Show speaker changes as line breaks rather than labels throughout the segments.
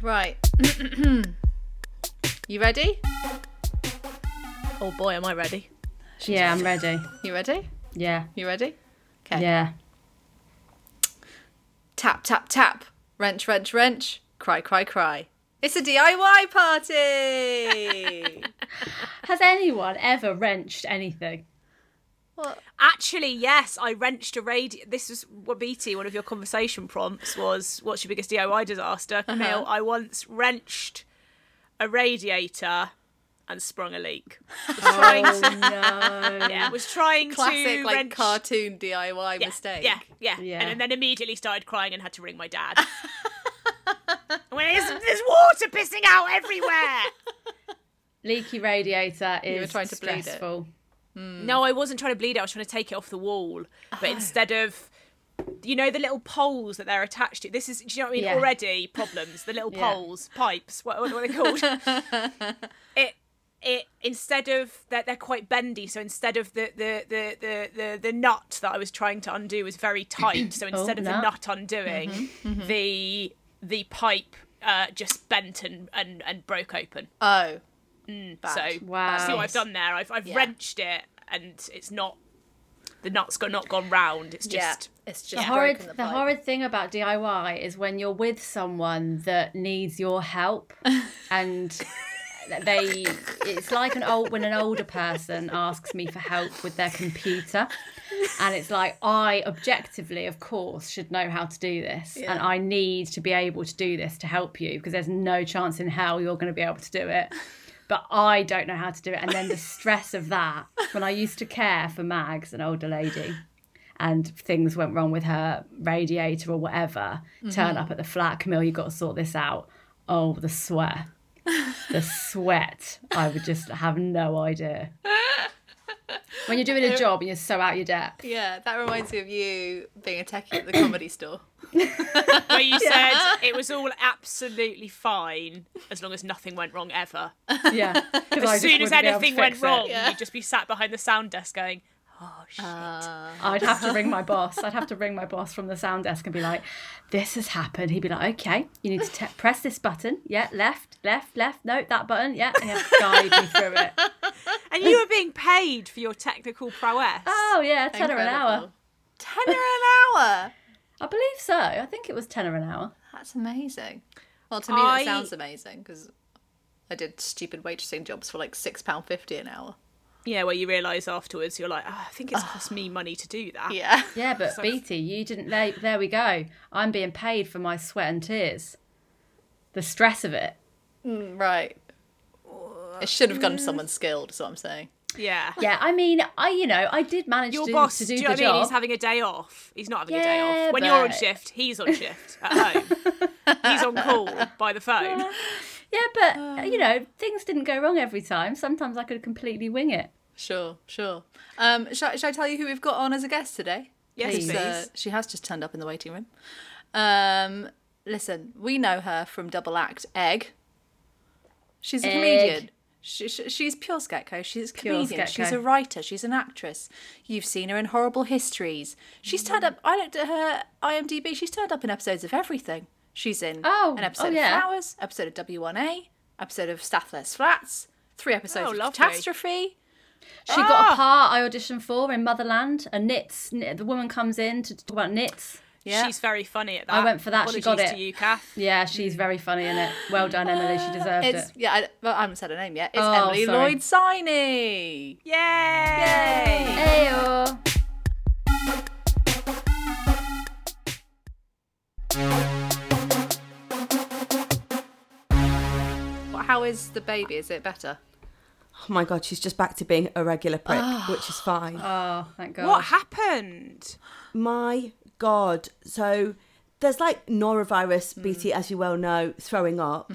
Right. you ready? Oh boy, am I ready?
Yeah, I'm ready.
You ready?
Yeah.
You ready? Okay.
Yeah.
Tap, tap, tap. Wrench, wrench, wrench. Cry, cry, cry. It's a DIY party!
Has anyone ever wrenched anything?
what?
Actually, yes, I wrenched a radio. This was Wabiti. One of your conversation prompts was, "What's your biggest DIY disaster?" Camille, I once wrenched a radiator and sprung a leak. Was trying
Oh
to,
no.
yeah, was trying
Classic,
to
like,
wrench-
cartoon DIY
yeah,
mistake.
Yeah, yeah,
Yeah.
And, then immediately started crying and had to ring my dad. when there's, there's water pissing out everywhere.
Leaky radiator is
were trying to bleed it.
stressful. Mm.
No, I wasn't trying to bleed it. I was trying to take it off the wall. But
Ah.
instead of, you know, the little poles that they're attached to. This is, do you know what I mean?
Yeah.
Already problems. The little
Yeah.
poles, pipes. What, what are they called? it. It instead of that they're quite bendy, so instead of the the, the, the, the the nut that I was trying to undo was very tight. So instead of the
Oh, nut. Mm-hmm,
nut undoing, the the pipe uh, just bent and, and, and broke open.
Oh.
So
Wow.
see what I've done there. I've, I've
Yeah.
wrenched it, and it's not the nut's got not gone round. It's
yeah.
just
It's just
The horrid, the, horrid thing about DIY is when you're with someone that needs your help, and they, it's like an old when an older person asks me for help with their computer, and it's like I objectively, of course, should know how to do this, and I need to be able to do this to help you because there's no chance in hell you're going to be able to do it. But I don't know how to do it, and then the stress of that. When I used to care for Mags, an older lady, and things went wrong with her radiator or whatever,
Mm-hmm.
turn up at the flat, Camille, you got to sort this out. Oh, the sweat. the sweat. I would just have no idea. When you're doing a job and you're so out your depth.
Yeah, that reminds me of you being a techie at the comedy store.
where you said it was all absolutely fine as long as nothing went wrong ever.
Yeah.
As soon as anything went wrong,
Yeah. Uh.
you'd just be sat behind the sound desk going, "Oh shit."
I'd have to ring my boss. I'd have to ring my boss from the sound desk and be like, "This has happened." He'd be like, "Okay, you need to te- press this button. Yeah, left, left, left. No, that button. Yeah." And he'd guide me through it.
and you were being paid for your technical prowess.
Oh yeah, ten or an hour.
Incredible. Tenner an hour.
I believe so. I think it was ten or an hour.
That's amazing. Well, to me,
I-
that sounds amazing because I did stupid waitressing jobs for like six pound fifty an hour.
yeah, where you realise afterwards you're like, oh, I think it's cost me money to do that.
Ah. Yeah.
Yeah, but Beatty, you didn't. There, there we go. I'm being paid for my sweat and tears. The stress of it.
Right. It should have gone to someone skilled. Is what I'm saying.
Yeah.
Yeah, I mean, I you know, I did manage
Your
to,
boss,
to
do
do,
you know
the
what I mean?
job.
He's having a day off. He's not having a day
Yeah,
off. When you're on
but-
shift, he's on shift at home. he's on call by the phone.
yeah, but
Oh.
uh, you know, things didn't go wrong every time. Sometimes I could completely wing it.
Sure, sure. Um, shall, shall I tell you who we've got on as a guest today?
Yes,
Please.
please.
Uh, she has just turned up in the waiting room. Um, listen, we know her from Double Act Egg. She's a
Egg.
comedian. She, she, she's pure Sketko. She's a
Pure
comedian. She's
Sketko.
a writer. She's an actress. You've seen her in horrible histories. She's turned up. I looked at her IMDb. She's turned up in episodes of everything. She's in
Oh,
an episode
oh, yeah.
of Flowers, episode of W1A, episode of Stathless Flats, three episodes
Oh,
of
lovely.
Catastrophe.
She
Ah!
got a part I auditioned for in Motherland, a knits. kn- The woman comes in to talk about knits.
Yeah.
She's very funny at that.
I went for that, she got
Apologies
it.
to you, Kath.
Yeah, she's very funny in it. Well done, Emily. She deserved
It's
it.
yeah. I, well, I haven't said her name yet. It's
Oh,
Emily
sorry.
Lloyd Siney.
Yay!
Ayo.
Well, How is the baby? Is it better?
Oh my god, she's just back to being a regular prick, which is fine.
Oh, thank God.
What happened?
my god. So there's like norovirus, BT, as you well know, throwing up.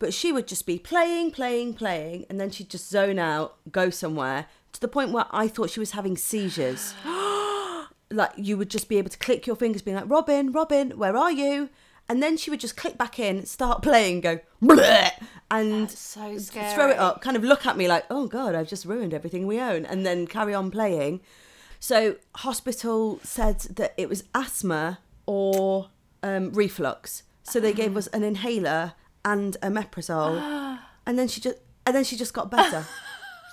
But she would just be playing, playing, playing, and then she'd just zone out, go somewhere to the point where I thought she was having seizures. like you would just be able to click your fingers, being like, Robin, Robin, where are you? And then she would just click back in, start playing, go, Bleh! and
so
throw it up, kind of look at me like, oh God, I've just ruined everything we own, and then carry on playing. So, hospital said that it was asthma or um, reflux. So, they gave us an inhaler and omeprazole, and then she just and then she just got better.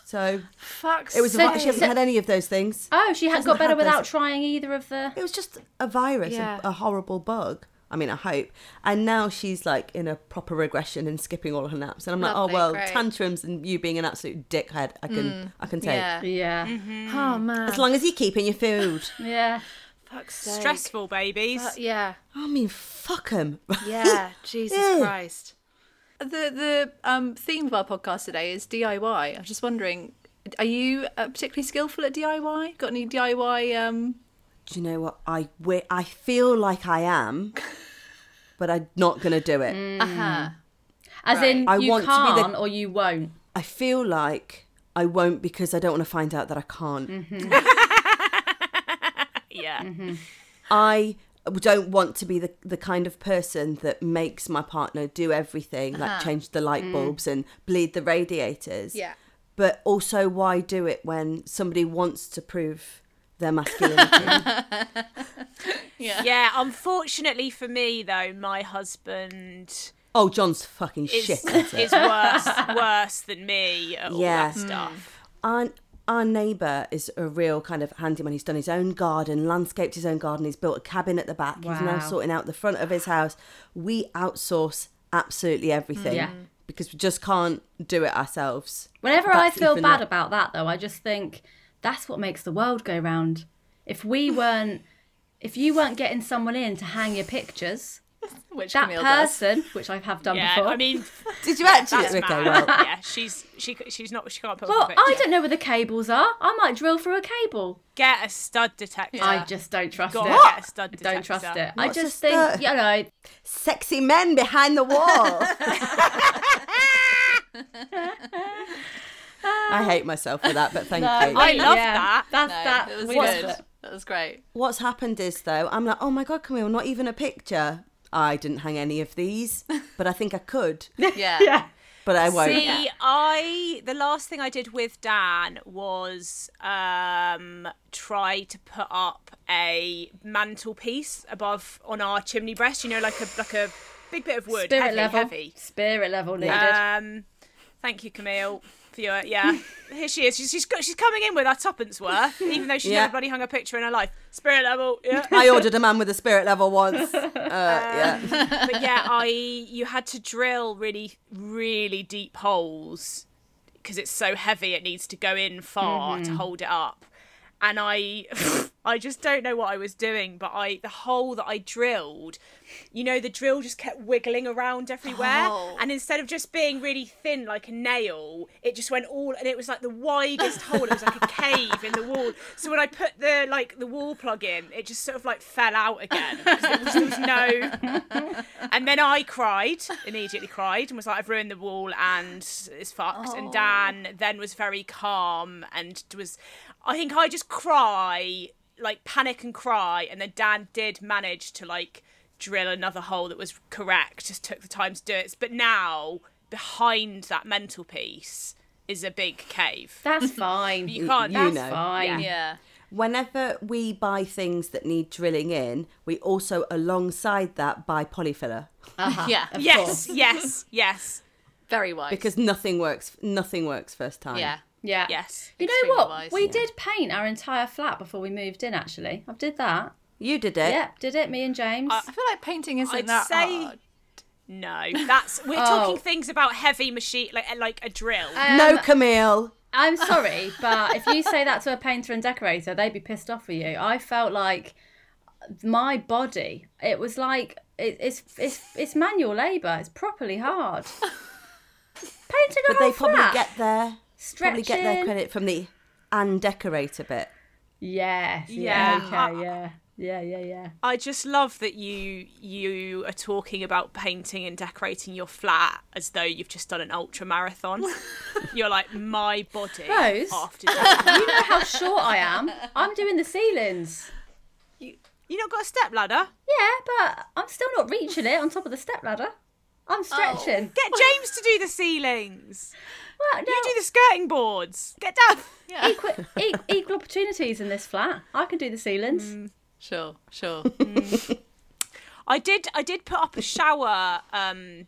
so
Fuck's
it was a
sake.
vi- she hasn't had any of those things.
Oh, she had,
Hasn't
got better
had those-
without trying either of the.
It was just a virus, a-
Yeah.
a, horrible bug. I mean, I hope. And now she's like in a proper regression and skipping all her naps. And I'm like,
Lovely,
oh well,
great. Mm.
tantrums and you being an absolute dickhead, I can I can take.
Yeah.
Yeah.
Oh man.
As long as you're keeping your food.
Yeah.
Fuck's sake.
Stressful babies.
Uh, yeah.
I mean, fuck 'em.
Yeah, Jesus
Yeah.
Christ. The the um, theme of our podcast today is DIY. I was just wondering, are you uh, particularly skillful at DIY? Got any DIY? Um,
do you know what I wi- I feel like I am, but I'm not gonna do it.
Mm. Uh-huh.
As in,
I
you
want to
can't
be the-
or you won't.
I feel like I won't because I don't want to find out that I can't.
yeah.
Mm-hmm.
I don't want to be the, the kind of person that makes my partner do everything, like change the light bulbs and bleed the radiators.
Yeah.
But also, why do it when somebody wants to prove their masculinity?
Yeah, unfortunately for me though, my husband
oh, John's fucking
is
shit. at it.
is worse worse than me at all
Yeah.
that
Hmm.
stuff.
our our neighbour is a real kind of handyman. He's done his own garden, landscaped his own garden. He's built a cabin at the back. He's now
Wow.
sorting out the front of his house. We outsource absolutely everything
Yeah.
because we just can't do it ourselves.
Whenever I
That's
feel
even
bad
that-
about that, though, I just think that's what makes the world go round. If we weren't, if you weren't getting someone in to hang your pictures,
which
that
Camille does.
person, which I have done
Yeah,
before.
I mean
Did you actually?
that's
okay,
mad.
well,
yeah, she's she she's not she can't put
well,
up with it.
I don't know where the cables are. I might drill through a cable.
get a stud detector.
I just don't trust
Gotta
it.
get a stud detector.
Don't trust it. I
What's a
just think,
stud?
you know,
sexy men behind the wall. I hate myself for that, but thank you.
I love that.
That's
No,
that.
that was
we
good.
love it.
That was great.
What's happened is though, I'm like, oh my god, Camille, not even a picture. I didn't hang any of these, but I think I could,
Yeah.
Yeah.
but I won't.
See, I the last thing I did with Dan was um try to put up a mantelpiece above on our chimney breast. You know, like a like a big bit of wood,
Spirit
heavy,
level.
heavy.
Spirit level needed.
Um, thank you, Camille, for your yeah. Here she is. She's she's, got, she's coming in with her tuppence worth, even though she
Yeah.
never bloody hung a picture in her life. Spirit level, yeah.
I ordered a man with a spirit level once. Uh, yeah.
but yeah, I you had to drill really, really deep holes because it's so heavy. It needs to go in far to hold it up. And I, I just don't know what I was doing. But I, the hole that I drilled, you know, the drill just kept wiggling around everywhere.
Oh.
And instead of just being really thin like a nail, it just went all, and it was like the widest hole. It was like a cave in the wall. So when I put the like the wall plug in, it just sort of like fell out again. 'cause There was, there was no and then I cried, immediately cried, and was like, I've ruined the wall and it's fucked. And Dan then was very calm and was, I think I just cry, like panic and cry. And then Dan did manage to like drill another hole that was correct, just took the time to do it. But now, behind that mental piece is a big cave.
That's fine.
You can't,
you
That's
know.
fine.
Yeah.
Whenever we buy things that need drilling in, we also alongside that buy polyfiller
Yeah.
yes, yes, yes,
Very wise.
because nothing works. Nothing works first time.
yeah.
Yeah.
yes.
You know
Extremely
what?
wise.
We
Yeah.
did paint our entire flat before we moved in. Actually, I did that.
You did it.
Yeah, Uh, did it. Me and James.
I feel like painting isn't
I'd
that
say-
hard.
No, that's we're
Oh.
talking things about heavy machine, like like a drill.
No,
Um,
Camille.
I'm sorry, but if you say that to a painter and decorator, they'd be pissed off with you. I felt like my body. It was like it, it's it's it's manual labour. It's properly hard. Painting a
But
whole
they probably
flat.
get their probably
Stretching.
get their credit from the and decorator bit.
Yes.
Yeah.
Yeah. Okay. Yeah. Yeah. Yeah. Yeah.
I just love that you you are talking about painting and decorating your flat as though you've just done an ultra marathon. You're like my body
Rose?
after that.
You know how short I am. I'm doing the ceilings.
you not got a step ladder?
Yeah, but I'm still not reaching it on top of the step ladder. I'm stretching.
Get James to do the ceilings.
Well, no,
You do the skirting boards. Get down.
Yeah.
equal, e- equal opportunities in this flat. I can do the ceilings.
Sure. Sure.
I did I did put up a shower um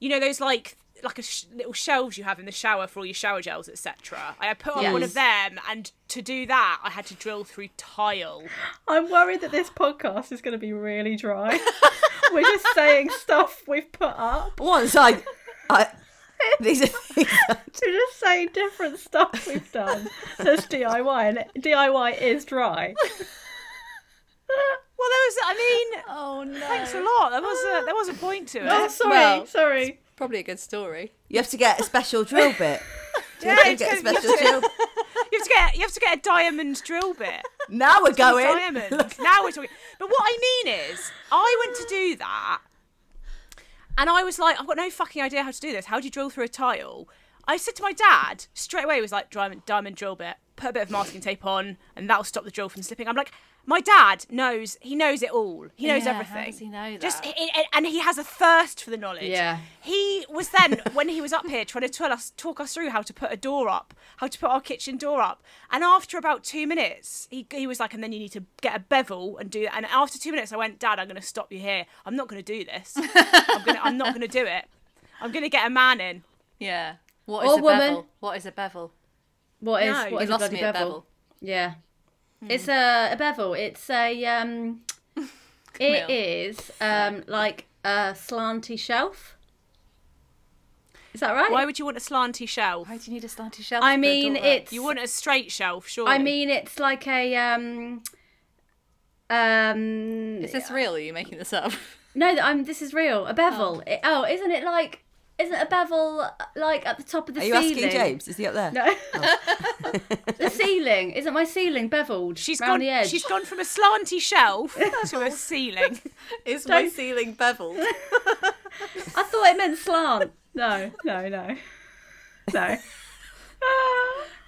you know those like like a sh- little shelves you have in the shower for all your shower gels, etc. I had put on one
Yes.
of them, and to do that, I had to drill through tile.
I'm worried that this podcast is going to be really dry. We're just saying stuff we've put up.
Once I, I these are things
We're just saying different stuff we've done. That's DIY, and DIY is dry.
Well, there was, I mean,
Oh no.
thanks a lot. There was a there was a point to it.
Oh, sorry,
Well,
sorry.
Probably a good story.
you have to get a special drill bit. Do you
Yeah,
have to
it's
get a
gonna be
special drill.
You have to get you have to get a diamond drill bit.
Now we're
A
going.
diamond. Now we're talking. But what I mean is, I went to do that, and I was like, I've got no fucking idea how to do this. How do you drill through a tile? I said to my dad straight away. He was like, diamond, diamond drill bit. Put a bit of masking tape on, and that'll stop the drill from slipping. I'm like, my dad knows. He knows it all. He knows
Yeah, how
everything.
does he know
Just
that?
he- he- and he has a thirst for the knowledge.
Yeah.
He was then when he was up here trying to tell us talk us through how to put a door up, how to put our kitchen door up. And after about two minutes, he, he was like, and then you need to get a bevel and do that. And after two minutes, I went, Dad, I'm going to stop you here. I'm not going to do this. I'm, gonna, I'm not going to do it. I'm going to get a man in.
Yeah. What is
Or
a
woman.
bevel? What is a bevel?
What is
No,
what
you
is
lost
a bloody
me at
bevel?
bevel.
Yeah, it's a, a bevel. It's a um,
here.
it is um like a slanty shelf. Is that right?
Why would you want a slanty shelf?
Why do you need a slanty shelf?
I
for a
mean,
door?
it's
You want a straight shelf, surely.
I mean, it's like a um, um.
Is this real? Or are you making this up?
No, th- I'm. This is real. A bevel. It- Oh, isn't it like? Isn't a bevel uh, like at the top of the
Are you
ceiling?
asking James? Is he up there?
No. the ceiling. Isn't my ceiling beveled?
she's
round
gone.
the edge.
She's gone from a slanty shelf to a ceiling.
Is my ceiling beveled?
I thought it meant slant. No, no, no, no.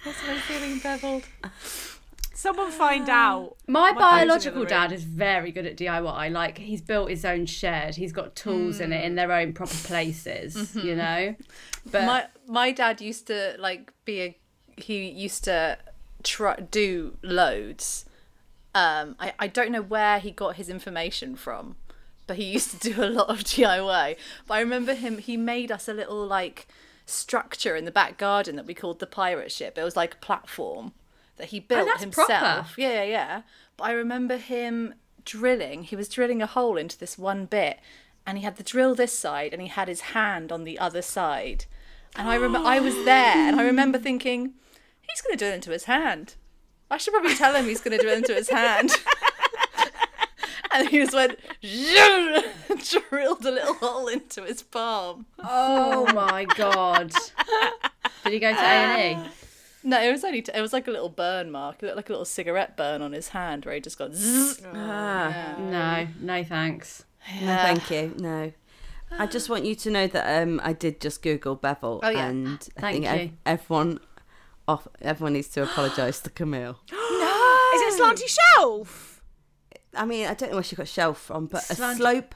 Is my ceiling beveled?
Someone find out.
My
phone's in the
biological
room.
dad is very good at DIY. Like he's built his own shed. He's got tools in it in their own proper places. You know, but
my my dad used to like be a he used to try do loads um I, I don't know where he got his information from but he used to do a lot of diy but i remember him he made us a little like structure in the back garden that we called the pirate ship it was like a platform that he built
that's
himself
proper.
yeah, yeah, yeah. But I remember him drilling. He was drilling a hole into this one bit, and he had the drill this side, and he had his hand on the other side. And I remember I was there, and I remember thinking, he's going to drill into his hand. I should probably tell him he's going to drill into his hand. and he just went, drilled a little hole into his palm.
oh my god. Did he go to A and E?
No, it was only t- it was like a little burn mark. It looked like a little cigarette burn on his hand where he just got zzz.
Ah,
No, no, thanks.
no, thank you. No. I just want you to know that um, I did just Google Bevel,
Oh, yeah.
and I
Thank
think ev-
you.
everyone off everyone needs to apologise to Camille.
Is it a slanty shelf?
I mean, I don't know where she got shelf from, but
Slant-
a slope.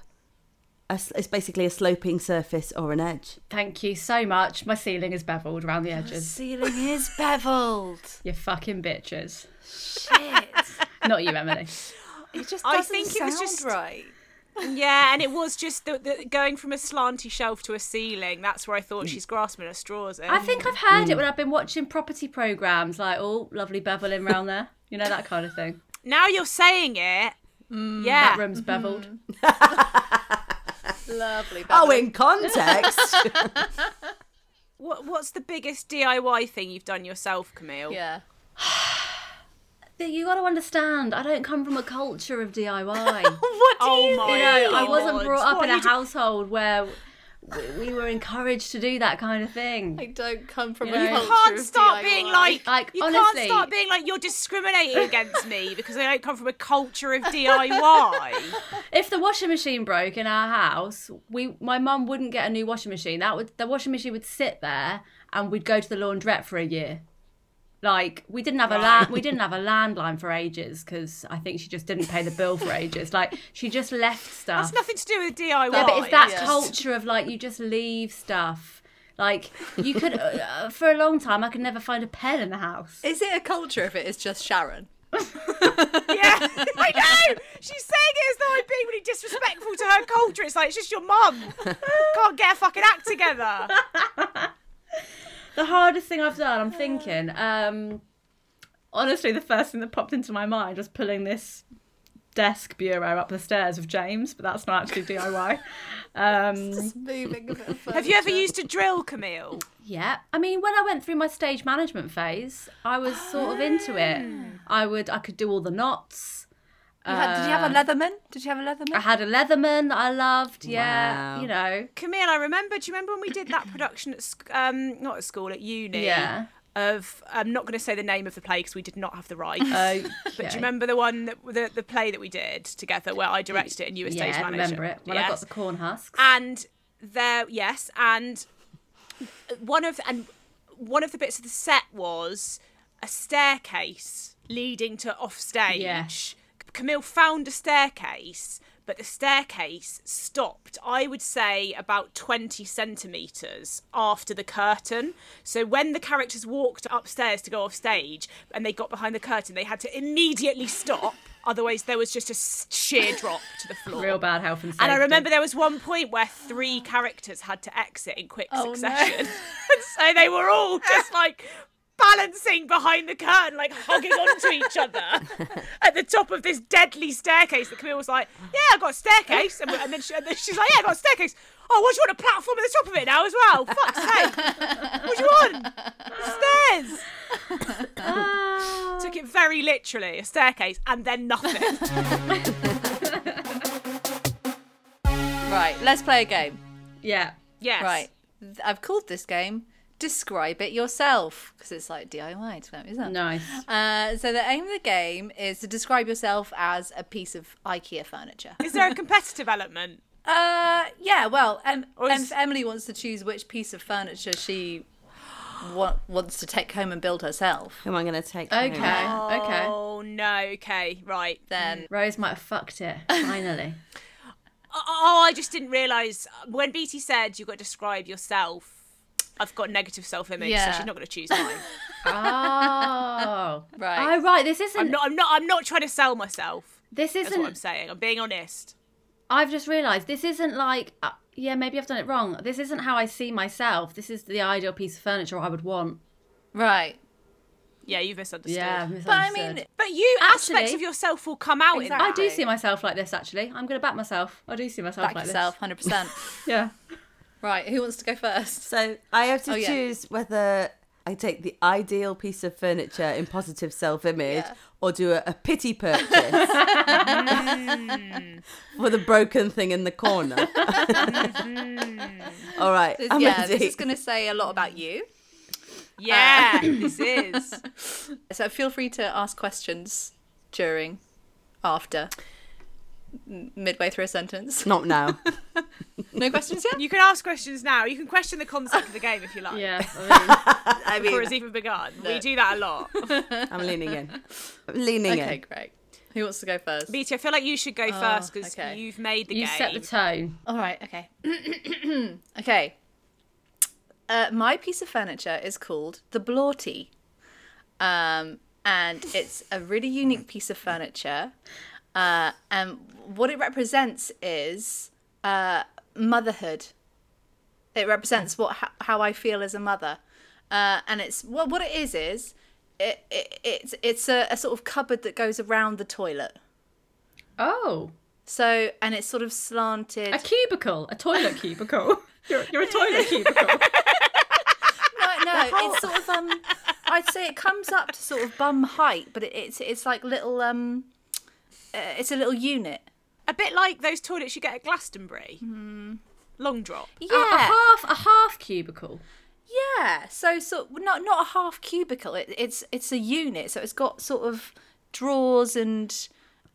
A, s- it's basically a sloping surface or an edge.
Thank you so much. My ceiling is beveled around the edges.
ceiling is beveled.
You fucking bitches.
Shit.
Not you, Emily.
It just
I
doesn't
think it
sound
was just-
right.
Yeah, and it was just the, the going from a slanty shelf to a ceiling. That's where I thought she's grasping at straws. In.
I think I've heard it when I've been watching property programs, like oh, lovely beveling round there. You know that kind of thing.
now you're saying it.
Mm, That
yeah,
room's beveled.
Lovely bevel.
Oh, in context.
what, what's the biggest DIY thing you've done yourself, Camille?
yeah.
But you got to understand, I don't come from a culture of DIY.
What do
Oh
you
my
you know, I
God.
wasn't brought up
What
in
are
a
you do-
household where w- we were encouraged to do that kind of thing.
I don't come from
know,
a
you
culture
You can't
of
start
DIY.
being like,
Like,
you
honestly-
can't start being like you're discriminating against me because I don't come from a culture of DIY.
If the washing machine broke in our house, we my mum wouldn't get a new washing machine. That would the washing machine would sit there and we'd go to the laundrette for a year. Like we didn't have a land, we didn't have a landline for ages because I think she just didn't pay the bill for ages. Like she just left stuff.
It's nothing to do with DIY.
Oh, Yeah, but it's that
Yes.
culture of like you just leave stuff. Like you uh, could, uh, for a long time, I could never find a pen in the house.
Is it a culture if it is just Sharon?
Yeah, I know. She's saying it as though I'm being really disrespectful to her culture. It's like it's just your mum. Can't get a fucking act together.
The hardest thing I've done, I'm thinking. Um, honestly, the first thing that popped into my mind was pulling this desk bureau up the stairs with James, but that's not actually DIY. Um,
Moving a bit of
Have you ever used a drill, Camille?
yeah, I mean, when I went through my stage management phase, I was sort of into it. I would, I could do all the knots.
You had- did you have a Leatherman? Did you have a Leatherman?
I had a Leatherman that I loved. Yeah,
Wow.
you know.
Camille, I remember. Do you remember when we did that production at sc- um not at school at uni?
Yeah.
Of I'm not going to say the name of the play because we did not have the rights.
Uh,
But do you remember the one that the, the play that we did together where I directed it and you were
Yeah,
stage
I
manager? Ah.
remember it. When I got
Yes.
the corn husks.
and there yes and one of and one of the bits of the set was a staircase leading to off stage
Yeah.
camille found a staircase but the staircase stopped i would say about 20 centimeters after the curtain so when the characters walked upstairs to go off stage and they got behind the curtain they had to immediately stop otherwise there was just a s- sheer drop to the floor
Real bad health and safety.
and I remember there was one point where three characters had to exit in quick
Oh, no.
succession. and so they were all just like balancing behind the curtain, like hugging onto each other at the top of this deadly staircase. That Camille was like, Yeah, I got a staircase. And, we- and then, she, and then she's like, Yeah, I got a staircase. Oh, what do you want? A platform at the top of it now as well? Fuck's sake. What do you want? Stairs. Took it very literally, a staircase, and then nothing.
Right, let's play a game.
Yeah.
Yes.
Right. Th- I've called this game Describe It Yourself because it's like DIY, it's not- isn't it?
Nice.
Uh, so the aim of the game is to describe yourself as a piece of IKEA furniture.
Is there a competitive element?
Uh, yeah. Well, em-
Or
em-
is-
Emily wants to choose which piece of furniture she wa- wants to take home and build herself.
Who am I going to take?
Okay.
home?
Okay.
Oh no. Okay. Right.
Then
Rose might have fucked it. Finally.
Oh, I just didn't realise when BT said you got to describe yourself. I've got negative self-image,
Yeah.
so she's not going to choose mine.
Oh.
Right.
Oh, right. This isn't.
I'm not. I'm not. I'm not trying to sell myself.
this
That's what I'm
isn't.
saying. I'm being honest.
I've just realised this isn't like. Uh, yeah, maybe I've done it wrong. This isn't how I see myself. This is the ideal piece of furniture I would want.
right.
Yeah, you've misunderstood.
Yeah. I've
But I
misunderstood.
mean,
But you aspects
Actually-
of yourself will come out
I
in
do see myself like this. Actually, I'm going to back myself. I do see myself
back
like
yourself, hundred percent.
this. Yeah.
Right. Who wants to go first?
So I have to
Oh, yeah.
choose whether I take the ideal piece of furniture in positive self image
Yeah.
or do a, a pity purchase for the broken thing in the corner. All right.
Mm-hmm. This-
I'm
yeah.
ready.
This is going to say a lot about you.
Yeah, this is.
So feel free to ask questions during, after, m- midway through a sentence.
Not now.
No questions yet.
You can ask questions now. You can question the concept of the game if you like.
Yeah. I
I
Before it's even begun, we do that a lot.
I'm leaning in. I'm leaning
okay,
in.
great. Who wants to go first?
BT, I feel like you should go first because
okay.
you've made the
mean, Oh, you set
game.
the tone.
All right. Okay. okay. Uh, my piece of furniture is called the Blorty, um, and it's a really unique piece of furniture. Uh, and what it represents is uh, motherhood. It represents what how, how I feel as a mother, uh, and it's what what it is is it, it it's it's a, a sort of cupboard that goes around the toilet.
Oh,
So and it's sort of slanted.
a cubicle, a toilet cubicle. You're, you're a toilet cubicle.
no, no, it's sort of um. I'd say it comes up to sort of bum height, but it, it's it's like little um. Uh, it's a little unit.
A bit like those toilets you get at Glastonbury.
Mm-hmm.
Long drop.
A- a half, a half cubicle.
yeah. So so not not a half cubicle. It, it's it's a unit. So it's got sort of drawers and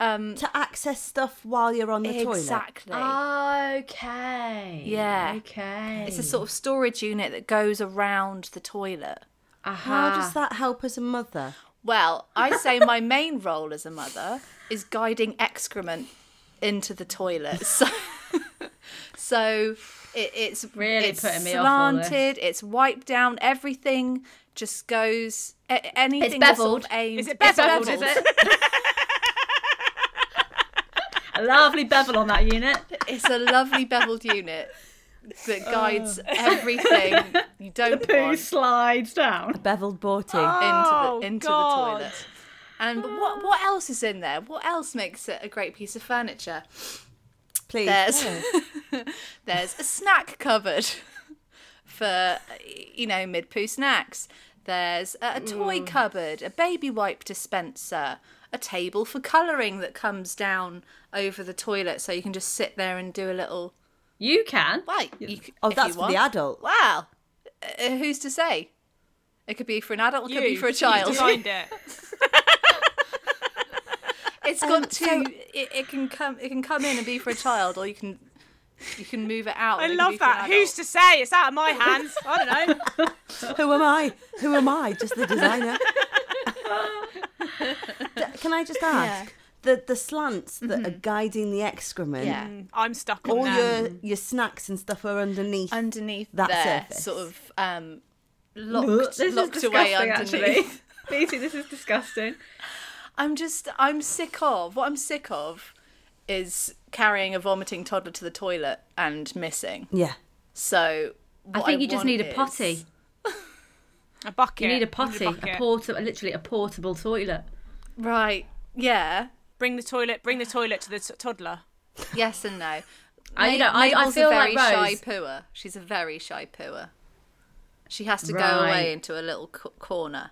um.
To access stuff while you're on the toilet. Ah.
Exactly.
Okay.
Yeah.
Okay.
It's a sort of storage unit that goes around the toilet.
How does
Ah.
that help as a mother?
Well, I say my main role as a mother is guiding excrement into the toilet. So, so It, it's
Really
it's
putting me off all this.
slanted. It's wiped down. Everything just goes. A- anything that's Sort
beveled.
of aimed,
Is it
It's
beveled,
Beveled, is it? A lovely bevel on that unit.
It's a lovely beveled unit that
Oh.
guides everything you don't
Poo
want
slides down.
Beveled Borty.
into
Oh,
the into
God.
the toilet. And what what else is in there? What else makes it a great piece of furniture?
Please.
There's there's a snack cupboard for you know mid poo snacks. There's a, a
Mm.
toy cupboard, a baby wipe dispenser, a table for colouring that comes down over the toilet, so you can just sit there and do a little.
You can.
Wait, you, c-
Oh,
if
that's
you
for the
want.
adult.
Wow. Uh, who's to say? It could be for an adult, it could be
You-
for a
you
child.
designed it.
It's got two. it, it can come. It can come in and be for a child, or you can, you can move it out.
I
and it can be
love
for an
that.
adult.
Who's to say? It's out of my hands. I don't know.
Who am I? Who am I? Just the designer. D- Can I just ask the the slants that
Mm-hmm.
are guiding the excrement?
Yeah.
Mm, I'm stuck on
All
that.
your your snacks and stuff are underneath.
underneath
That
there,
surface.
sort of um,
Ugh,
locked,
This
locked
is
away
disgusting,
underneath.
Actually. Beatty, this is disgusting.
I'm just. I'm sick of. What I'm sick of is carrying a vomiting toddler to the toilet and missing.
yeah.
So. what
I think you just
want
need a
is-
potty.
A bucket.
You need a potty, a,
bucket.
portable, literally a portable toilet.
Right. Yeah.
Bring the toilet. Bring the toilet to the t- toddler.
Yes and no.
I- you
Ma-
know, I- I
Mabel's
feel
a very
like
shy
Rose.
pooer. She's a very shy pooer. She has to go
Right.
away into a little c- corner.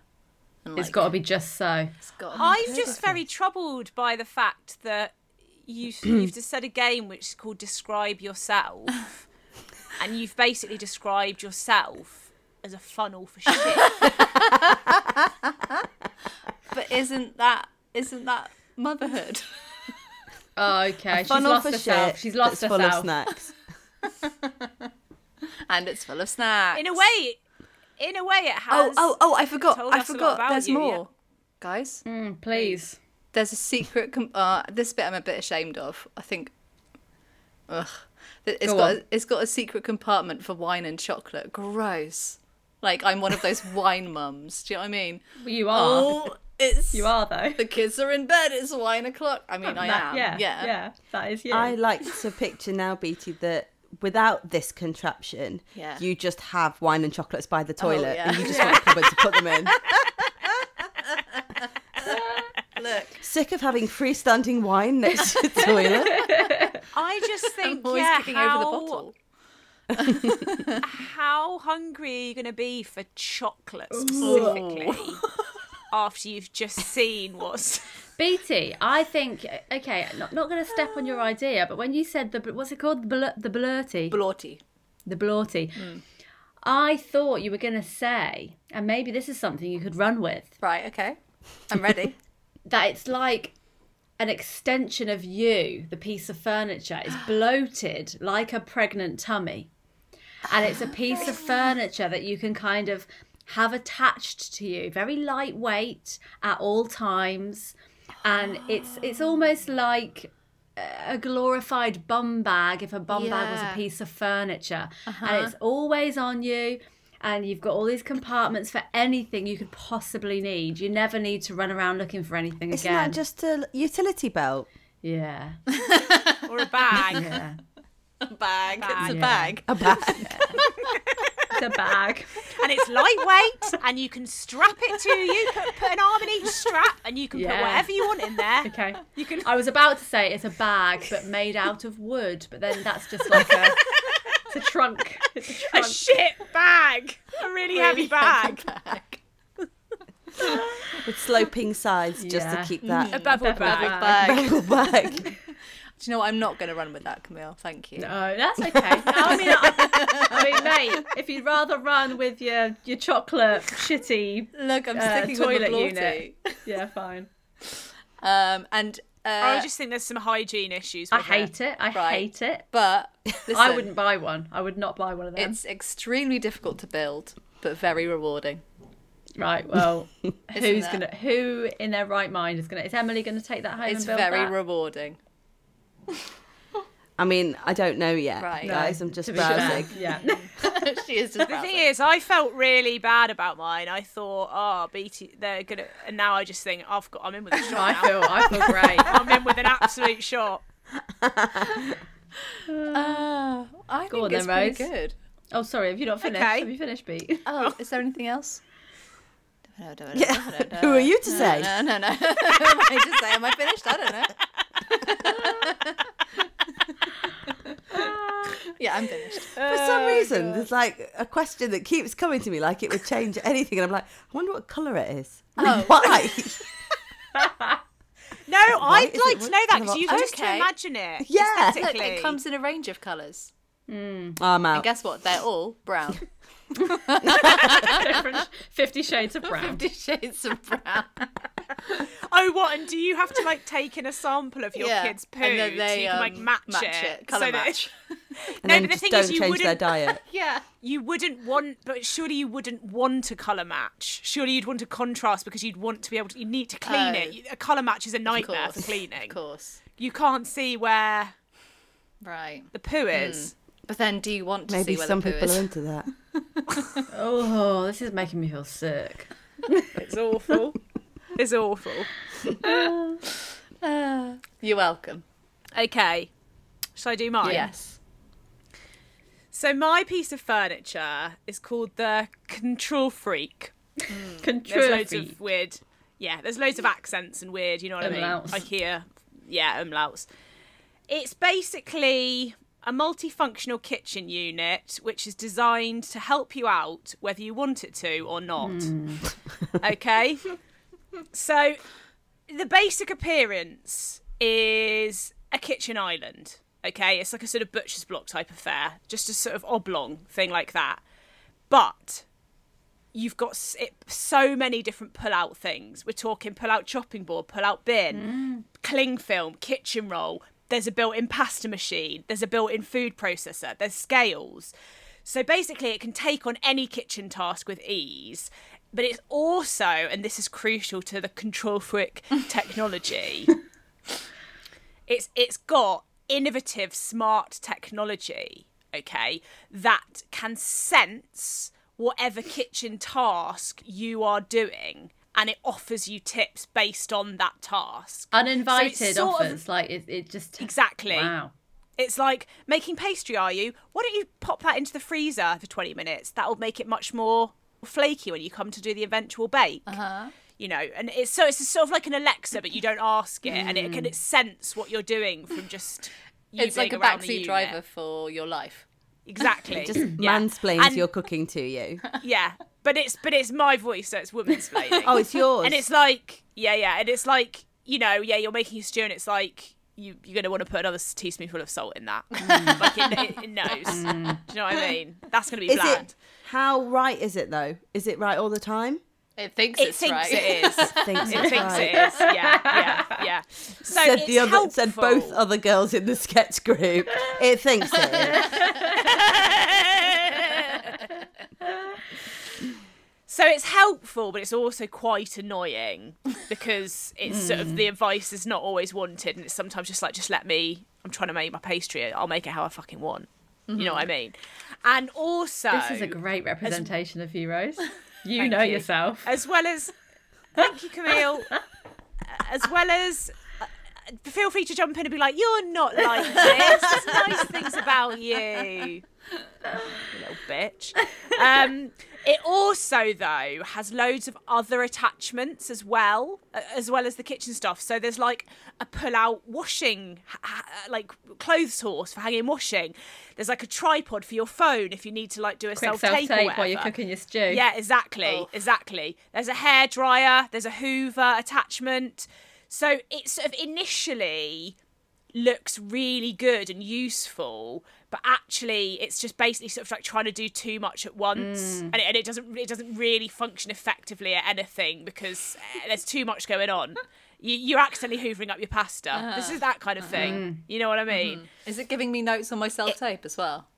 And
It's got to be just so.
it's got.
I'm just very troubled by the fact that you, you've just said a game which is called Describe Yourself, and you've basically described yourself as a funnel for shit.
but isn't that isn't that motherhood?
Oh, okay. She's
Funnel
lost
for
herself.
shit
She's lost
that's Full of
herself.
snacks.
and it's full of snacks.
In a way, in a way, it
Oh
has.
oh oh! I forgot.
told
I
us a lot
forgot.
about
There's
you,
more,
yeah.
guys.
Mm, please.
There's a secret. Com- uh, this bit I'm a bit ashamed of. I think. Ugh. Th- It's
Go
got
on.
a, it's got a secret compartment for wine and chocolate. Gross. Like I'm one of those wine mums. Do you know what I mean?
Well, you are.
Oh, it's
You are, though.
the kids are in bed. It's nine o'clock. I
Oh,
mean, I
That-
am.
yeah,
Yeah,
yeah. That is you.
I like to picture now, Beatty, that without this contraption,
Yeah.
you just have wine and chocolates by the
Oh,
toilet,
yeah.
and you just want a cupboard to put them in.
Look,
Sick of having freestanding wine next to the toilet.
I just think,
I'm always
yeah,
kicking
how,
over the bottle.
how hungry are you going to be for chocolate specifically after you've just seen what's.
Beatty, I think okay, not not going to step on your idea, but when you said the what's it called the bl- the blurty
Blorty.
the blorty,
Hmm.
I thought you were going to say, and maybe this is something you could run with
Right. Okay. I'm ready.
that it's like an extension of you, the piece of furniture is bloated like a pregnant tummy, and it's a piece of furniture that you can kind of have attached to you, very lightweight at all times, and it's it's almost like a glorified bum bag if a bum bag was
Yeah.
a piece of furniture and it's always on you and you've got all these compartments for anything you could possibly need you never need to run around looking for anything
Isn't
again
that just a utility belt?
yeah
Or a bag.
yeah
bag. It's a
Yeah.
bag.
A bag.
it's a bag
and it's lightweight and you can strap it to you put, put an arm in each strap and you can put
Yeah.
whatever you want in there
okay you can i was about to say it's a bag but made out of wood but then that's just like a it's a trunk it's a
a
trunk
shit bag a really, heavy bag
bag.
with sloping sides just
Yeah.
to keep that
bevel
bag.
Bag.
bubble back.
Do you know what? I'm not going to run with that, Camille. Thank you.
No, Oh, that's okay. No, I mean, I, I mean, mate, if you'd rather run with your your chocolate shitty,
Look, I'm
Uh,
sticking with the
toilet
blorty.
unit. yeah, fine.
Um, and uh,
I just think there's some hygiene issues.
I
with
hate it. I
Right.
hate it.
but listen,
I wouldn't buy one. I would not buy one of them.
It's extremely difficult to build, but very rewarding.
Right. Well, who's
it?
gonna? Who in their right mind is gonna? Is Emily gonna take that home
It's
and build
very
that?
rewarding.
I mean, I don't know yet,
Right. No,
guys. I'm just
to be fair.
browsing.
Yeah.
she is just.
The thing is, I felt really bad about mine. I thought, oh, BT, they're gonna, and now I just think I've got, I'm in with a shot.
I
now.
feel I feel great.
I'm in with an absolute shot.
Uh, I think
Go on
it's
then,
pretty
Rose.
good.
Oh, sorry. Have you not finished?
Okay.
Have you finished, Beat?
Oh, is there anything else? No, no, no, no, no,
Who are you to
no,
say?
No, no, no. I just say, am I finished? I don't know. yeah, I'm finished.
For some
Oh,
reason, there's like a question that keeps coming to me, like it would change anything, and I'm like, I wonder what colour it is.
Oh.
Why?
No,
Right,
I'd
is it
like to know
what-
that
what
because you
about-
just to
Okay.
imagine it.
Yeah.
Look,
aesthetically.
it comes in a range of colours.
I'm
And
out.
guess what? They're all brown.
Different Fifty Shades of Brown.
Fifty shades of brown.
Oh, what? And do you have to like take in a sample of your
Yeah,
kids' poo
and then
so
they,
you can like
um,
match,
match
it?
it, colour
so that-
match.
and
no,
then
but the
just
thing
don't
is, you
change their
wouldn't-
diet.
Yeah.
you wouldn't want, but surely you wouldn't want a color match. Surely you'd want a contrast because you'd want to be able to. You need to clean
Oh.
it. You- A color match is a
Of
nightmare for
course. Of
cleaning.
course.
You can't see where
Right.
the poo is.
But then, do you want to
Maybe
see where
some
the poo
people
is?
are into that.
Oh, this is making me feel sick.
It's awful. it's awful.
Ah, you're welcome.
Okay, shall I do mine?
Yes.
So my piece of furniture is called the control freak. There's
Control
loads of weird. Yeah, there's loads of accents and weird. You know what
Umlauts.
I mean? IKEA. Yeah, umlauts. It's basically a multifunctional kitchen unit which is designed to help you out whether you want it to or not. okay. So the basic appearance is a kitchen island. Okay, it's like a sort of butcher's block type affair, just a sort of oblong thing like that. But you've got s- it, so many different pull-out things. We're talking pull-out chopping board, pull-out bin, cling film, kitchen roll. There's a built-in pasta machine. There's a built-in food processor. There's scales. So basically, it can take on any kitchen task with ease. But it's also, and this is crucial to the control freak technology. it's it's got innovative smart technology okay that can sense whatever kitchen task you are doing and it offers you tips based on that task So
uninvited
it's sort of-
offers. Like it, it just
exactly
Wow.
it's like making pastry are you why don't you pop that into the freezer for 20 minutes that'll make it much more flaky when you come to do the eventual bake
Uh-huh.
you know and it's so it's sort of like an alexa but you don't ask it and it can it sense what you're doing from just you
Mm. It's like a
being around the
backseat
unit.
driver for your life.
exactly
Just
Yeah.
mansplains
And-
your cooking to you.
yeah but it's but it's my voice so it's woman's
Oh, it's yours.
and it's like yeah yeah and it's like you know yeah you're making a stew and it's like you, you're going to want to put another s- teaspoonful of salt in that like it, it, it knows do you know what i mean that's going to be
Mm. is
bland
it how right is it though? Is it right all the time?
It thinks
it
it's
thinks
right.
it is
I think
it thinks it is yeah yeah yeah so
Said
it's
the other
helpful.
said both other girls in the sketch group. It thinks it is.
So it's helpful, but it's also quite annoying because it's sort
Hmm.
of the advice is not always wanted, and it's sometimes just like, just let me. I'm trying to make my pastry. I'll make it how I fucking want. You know what I mean? And also,
Mm-hmm. This is a great representation of you, Rose. You know
you.
yourself.
as well as thank you, Camille. as well as uh, feel free to jump in and be like, you're not like this. There's nice things about you, you little bitch. Um, it also though has loads of other attachments as well, uh, as well as the kitchen stuff. So there's like a pull-out washing, ha- ha- like clothes horse for hanging washing. There's like a tripod for your phone if you need to like do a
Quick
self
self
tape
tape while you're cooking your stew.
yeah, exactly, exactly. There's a hair dryer, there's a Hoover attachment. So it sort of initially looks really good and useful, but actually it's just basically sort of like trying to do too much at once, and, it, and it doesn't it doesn't really function effectively at anything because eh, there's too much going on. You, you're accidentally hoovering up your pasta. This is that kind of thing. You know what I mean?
Is it giving me notes on my self tape as well?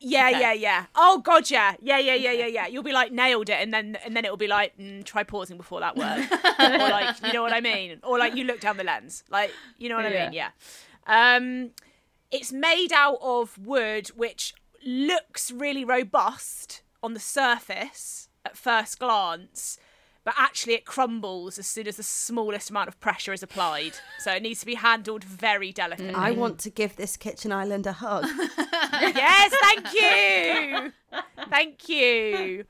Yeah,
Okay.
yeah, yeah. Oh god, yeah, yeah, yeah, yeah, yeah, yeah. You'll be like nailed it, and then and then it'll be like mm, try pausing before that word, or like you know what I mean, or like you look down the lens, like you know what I
Yeah.
mean, yeah. Um, It's made out of wood, which looks really robust on the surface at first glance, but actually it crumbles as soon as the smallest amount of pressure is applied. So it needs to be handled very delicately.
I want to give this kitchen island a hug.
yes, thank you. Thank you.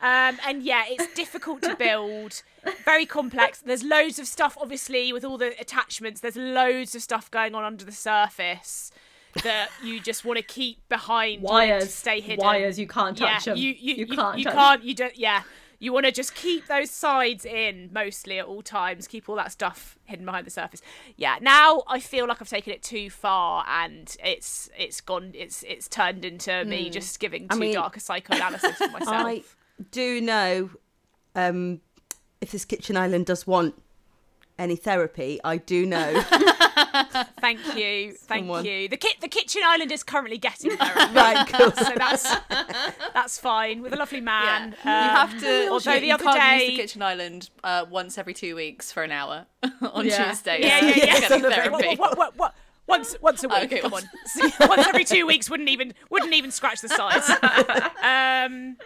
Um, and yeah, it's difficult to build, very complex. There's loads of stuff, obviously, with all the attachments, there's loads of stuff going on under the surface that you just want to keep behind
Wires.
to stay hidden.
Wires, you can't touch
yeah,
'em.
You, you,
You
you,
can't
You
touch-
can't, you don't, yeah. You want to just keep those sides in mostly at all times, keep all that stuff hidden behind the surface. Yeah, now I feel like I've taken it too far and it's it's gone it's it's turned into me just giving too
mean-
dark a psychoanalysis for myself.
I do know um, if this kitchen island does want any therapy, I do know.
Thank you. Thank
Someone.
you. The kit the kitchen island is currently getting there.
right, cool.
so that's that's fine with a lovely man.
you
Um,
have to.
although
you,
the
you
other
can't
day-
use the kitchen island uh, once every two weeks for an hour on
Yeah.
Tuesdays.
Yeah, yeah,
You
yeah.
get
Yes, I
therapy.
What, what, what, what? Once, once a week.
Okay,
Come
once-
on, once every two weeks wouldn't even wouldn't even scratch the sides. Um,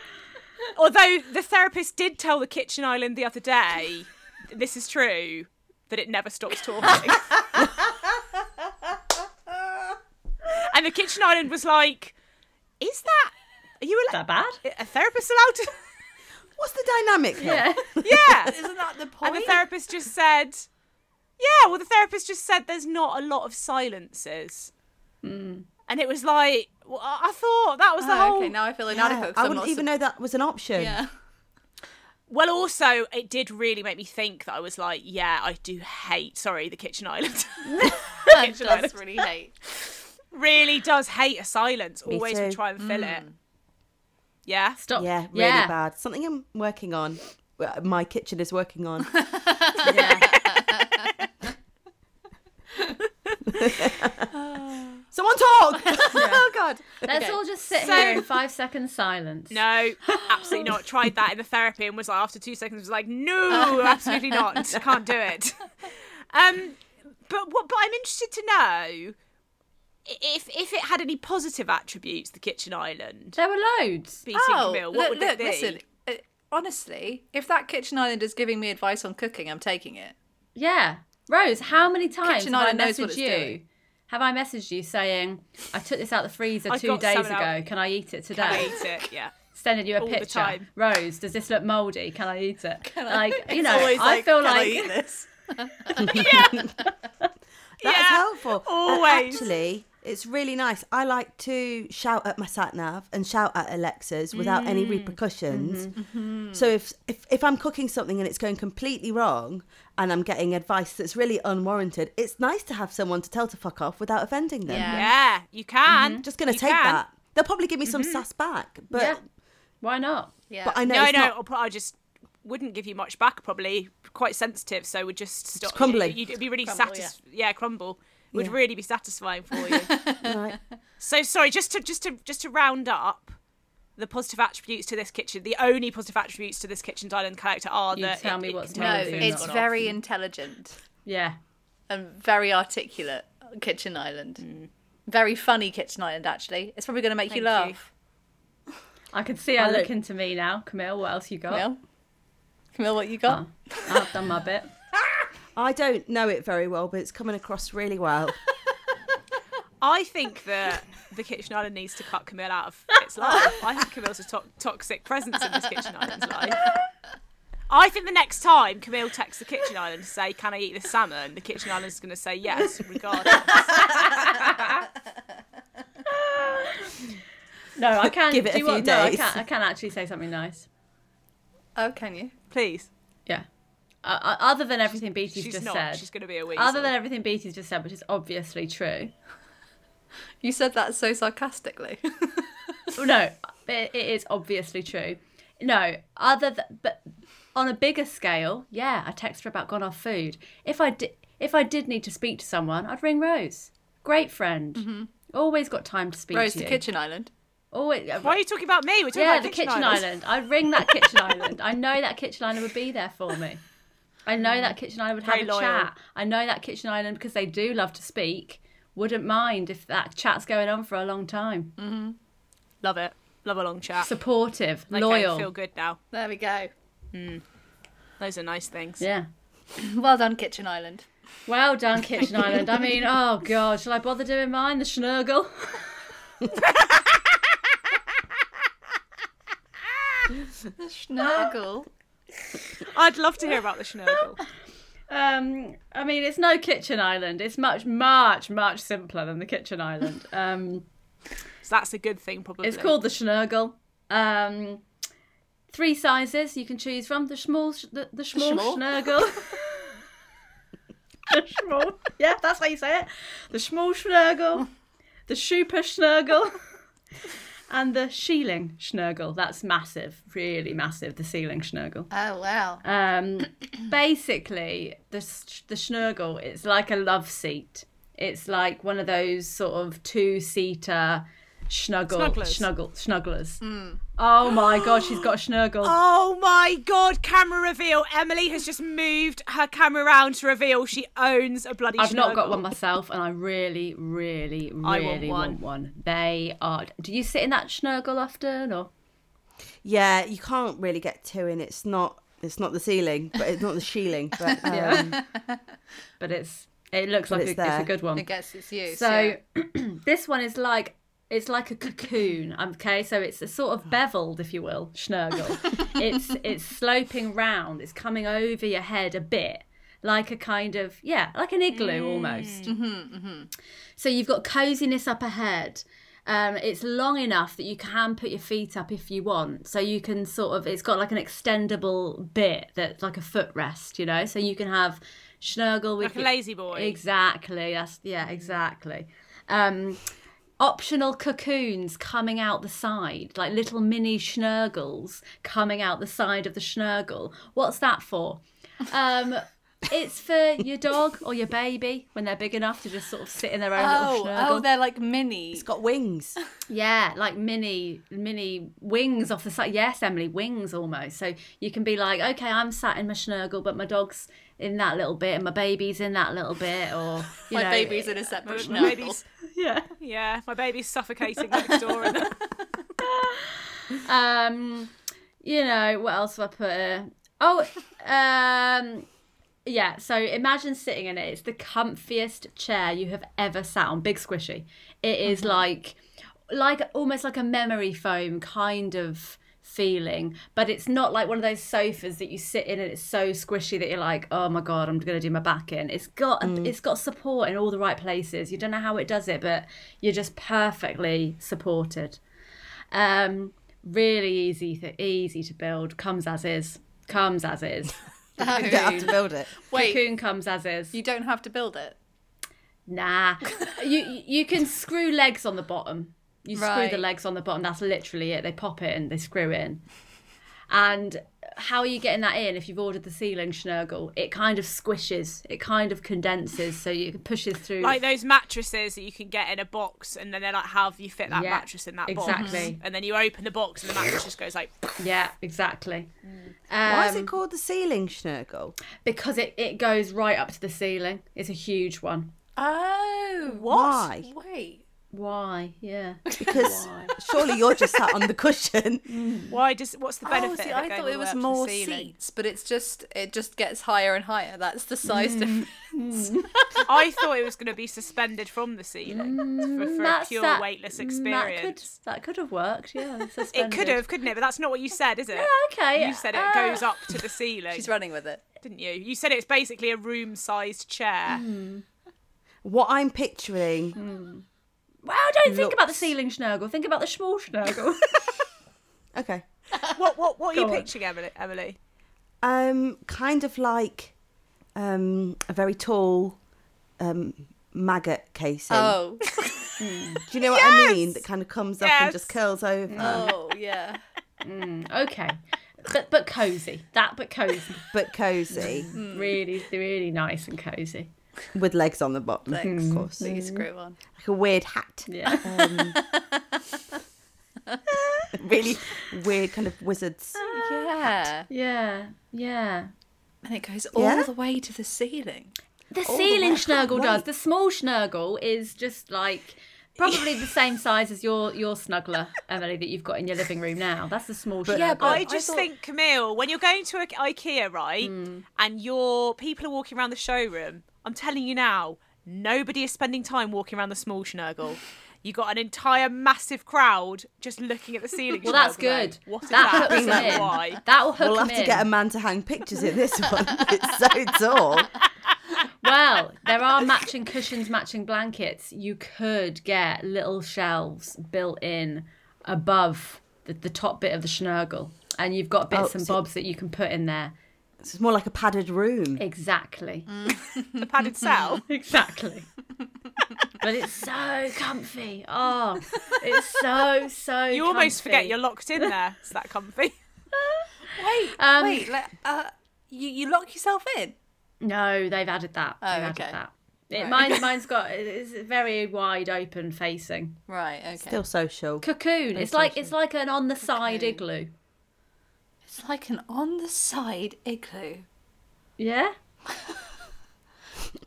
although the therapist did tell the kitchen island the other day, this is true, that it never stops talking. and the kitchen island was like, "Is that? Are you
That
allowed?
bad?
A therapist allowed to?
What's the dynamic here?
yeah."
Isn't that the point?
And the therapist just said, "Yeah, well, the therapist just said there's not a lot of silences." And it was like, well, I I thought that was the
Hmm. Oh,
whole.
okay, now I feel inadequate. 'cause
Uh, I
I'm
wouldn't
not
even
sup-
know that was an option.
Yeah.
Well, also, it did really make me think that I was like, "Yeah, I do hate." Sorry, the kitchen island.
That
Kitchen
does
island
really hate.
really does hate a silence.
Me
Always will
too.
try and fill
Hmm.
it. Yeah.
Stop.
Yeah, really
Oh, yeah.
bad. Something I'm working on. well, My kitchen is working on. Someone talk. oh God.
Let's all just sit here in five seconds silence.
No, absolutely not. Tried that in the therapy and was like, after two seconds, was like, no, absolutely not. Can't do it. Um, but what? But I'm interested to know i- if if it had any positive attributes. The kitchen island
There were loads.
beating meal. What
Oh, look,
would
look
it be?
listen. uh, Honestly, if that kitchen island is giving me advice on cooking, I'm taking it.
Yeah. Rose, how many times
Kitchen
have I
Island knows what
messaged
it's
you?
doing.
Have I messaged you saying I took this out the freezer
I've
two
got
days
some
ago?
out.
Can I eat it today?
I hate it. Yeah.
Sending you a
all the
picture.
time.
Rose, does this look mouldy? Can I eat it? like you know,
Always
I feel
"Can I
like
eat this?
That's
Yeah,
helpful. And
always.
actually, it's really nice. I like to shout at my sat nav and shout at Alexas without any repercussions. So if, if if I'm cooking something and it's going completely wrong and I'm getting advice that's really unwarranted, it's nice to have someone to tell to fuck off without offending them.
Yeah.
Yeah, you can.
Just gonna
You
take
can. Mm-hmm.
that. They'll probably give me some sass back, but
yeah. Why not?
Yeah.
but I know
No,
it's
no.
not.
I'll pro- I just wouldn't give you much back. Probably quite sensitive, so would just stop.
crumbling.
You'd, it'd be really
Crumble,
satisfied. Yeah. crumble. Would
Yeah.
really be satisfying for you.
Right.
So sorry, just to just to just to round up the positive attributes to this kitchen. The only positive attributes to this kitchen island character are
You
that
tell
it-
me
it
what's
can
no,
tell the
wrong
food's
with
it's
gone off.
very intelligent
Yeah.
and very articulate. Kitchen island, very funny kitchen island. Actually, it's probably going to make you
Thank you.
laugh.
I can see her
look-
looking to me now. Camille, what else you got?
Camille, Camille, what you got?
Oh. I've done my bit.
I don't know it very well, but it's coming across really well.
I think that the kitchen island needs to cut Camille out of its life. I think Camille's a to- toxic presence in this kitchen island's life. I think the next time Camille texts the kitchen island to say, "Can I eat this salmon?" the kitchen island's going to say yes, regardless.
No, I can
Give it
do
a
you
few
want- no, I
days.
can, I can actually say something nice.
Oh, can you?
Please,
Yeah. Uh, uh, other than everything Beatty's
she's
just
not.
said.
She's going to be a weasel.
Other than everything Beatty's just said, which is obviously true.
You said that so sarcastically.
no, it, it is obviously true. No, other th- but on a bigger scale, yeah, I text her about gone off food. If I did, if I did need to speak to someone, I'd ring Rose. Great friend,
Mm-hmm.
always got time to speak
Rose,
to
the
you.
kitchen island.
Always, uh,
why are you talking about me? We're talking
yeah,
about
the kitchen, island. I'd ring that kitchen island. I know that kitchen island would be there for me. I know that kitchen island would have
Mm. Very
a
loyal.
chat. I know that kitchen island because they do love to speak wouldn't mind if that chat's going on for a long time.
Mm. Love it. Love a long chat.
Supportive,
Okay,
loyal.
feel good now.
There we go.
Those are nice things.
Yeah.
Well done, Kitchen Island.
Well done, Kitchen Island. I mean, oh god, shall I bother doing mine? The schnurgle.
Schnurgle.
I'd love to hear about the schnurgle.
Um, I mean, it's no Kitchen Island. It's much, much, much simpler than the Kitchen Island. Um,
So that's a good thing, probably.
it's called the schnurgle. Um, three sizes you can choose from. The small, sh- the, the small
Schmall?
schnurgle. the small. Yeah, that's how you say it. The small schnurgle, the super schnurgle, and the sheeling schnurgle. That's massive, really massive. The ceiling schnurgle.
Oh wow.
Um, basically, the s- the schnurgle it's like a love seat. It's like one of those sort of two seater snuggle
Snugglers. Mm.
snuggle snugglers. Oh my god, she's got a schnurgle.
Oh my god, camera reveal. Emily has just moved her camera around to reveal she owns a bloody
I've not got
Schnurgle.
one myself, and I really, really,
I
really want
want
one.
one.
They are. Do you sit in that schnurgle often, or
Yeah, you can't really get two in. It's not. It's not the ceiling, but it's not the shieling. But um,
but it's it looks like
it's
a, it's a
there.
good one.
I guess it's you.
So this one is like it's like a cocoon. Okay, so it's a sort of beveled, if you will, schnurgle. it's it's sloping round. It's coming over your head a bit, like a kind of yeah, like an igloo
Mm.
almost.
Mm-hmm,
So you've got coziness up ahead. Um, it's long enough that you can put your feet up if you want. So you can sort of, it's got like an extendable bit that's like a footrest, you know? So you can have schnurgle with
Like a
your-
lazy boy.
Exactly. That's yeah,
Mm.
exactly. Um, optional cocoons coming out the side, like little mini schnurgles coming out the side of the schnurgle. What's that for? Um, it's for your dog or your baby when they're big enough to just sort of sit in their own
oh,
little schnurgle.
oh, they're like mini.
it's got wings.
Yeah, like mini mini wings off the side. Yes, Emily, wings almost. So you can be like, okay, I'm sat in my schnurgle, but my dog's in that little bit, and my baby's in that little bit, or you
My
know,
baby's in a separate
My baby's,
schnurgle.
yeah.
yeah, my baby's suffocating next door. And
Um, you know what else have I put? Here? Oh, um, yeah. So imagine sitting in it. It's the comfiest chair you have ever sat on. Big squishy. It is like, like almost like a memory foam kind of feeling but it's not like one of those sofas that you sit in and it's so squishy that you're like oh my god i'm gonna do my back in it's got it's got support in all the right places you don't know how it does it but you're just perfectly supported um, really easy, th- easy to build. Comes as is. Comes as is.
You don't have to build it.
Wait,
Cocoon comes as is.
you don't have to build it.
Nah, you you can screw legs on the bottom. You screw
Right.
the legs on the bottom. That's literally it. They pop it and they screw it in. And how are you getting that in if you've ordered the ceiling schnurgle? It kind of squishes. It kind of condenses, so you it pushes through.
like those mattresses that you can get in a box, and then they're like, how have you fit that
Yeah,
mattress in that box?
exactly.
And then you open the box, and the mattress just goes like,
yeah, exactly.
Why
Um,
is it called the ceiling schnurgle?
Because it, it goes right up to the ceiling. It's a huge one.
Oh,
Why?
Wait.
Why? Yeah.
Because surely you're just sat on the cushion.
why does, what's the benefit?
Oh, see,
of
I
going
thought
all
it
the way
was
up to the
more
ceiling?
seats, but it's just it just gets higher and higher. That's the
Mm.
size difference.
I thought it was going to be suspended from the ceiling for, for a pure weightless experience.
That could, that could have worked, yeah.
It could have, couldn't it? But that's not what you said, is it?
okay.
You said it
uh,
goes up to the ceiling,
She's running with it.
didn't you? You said it's basically a room-sized chair.
What I'm picturing
Mm.
Well, don't think about the
Looks.
ceiling schnurgle. Think about the small schnurgle.
Okay.
What what what are you
Go on.
picturing, Emily? Emily?
Um, kind of like um, a very tall um, maggot casing.
Oh,
Do you know what I mean? That kind of comes up and
Yes.
just curls over.
Um.
oh yeah.
okay. But but cozy. That but cozy.
But cozy
Hmm.
Really, really nice and cozy.
with legs on the bottom,
Legs.
of course.
So you screw on.
Like a weird hat.
Yeah.
Um, really weird kind of wizards.
Yeah,
Yeah. Yeah.
and it goes all
Yeah?
the way to the ceiling.
The ceiling schnurgle does. The small schnurgle is just like probably the same size as your your snuggler, Emily, that you've got in your living room now. That's the small schnurgle.
Yeah, but-
I just
thought-
think, Camille, when you're going to I- IKEA, right,
Hmm.
and your people are walking around the showroom, I'm telling you now, nobody is spending time walking around the small schnurgle. You got an entire massive crowd just looking at the ceiling.
well, that's
schnurgle going,
good.
What is
that
that?
hooks them
and
in.
Why?
That will hook
We'll
them
have to
in.
get a man to hang pictures in this one. it's so tall.
Well, there are matching cushions, matching blankets. You could get little shelves built in above the, the top bit of the schnurgle, and you've got bits
Oh,
and
so-
bobs that you can put in there.
It's more like a padded room.
Exactly,
The padded cell.
exactly. but it's so comfy. Oh, it's so so.
You almost forget
comfy.
you're locked in there. It's that comfy.
Wait,
Um,
wait. Like, uh, you you lock yourself in.
No, they've added that.
Oh,
they've
okay.
added that. It, mine, mine's got it's very wide open facing
Right. Okay.
Still social.
cocoon. It's like it's like an on the side igloo.
It's like an on the side igloo.
Yeah.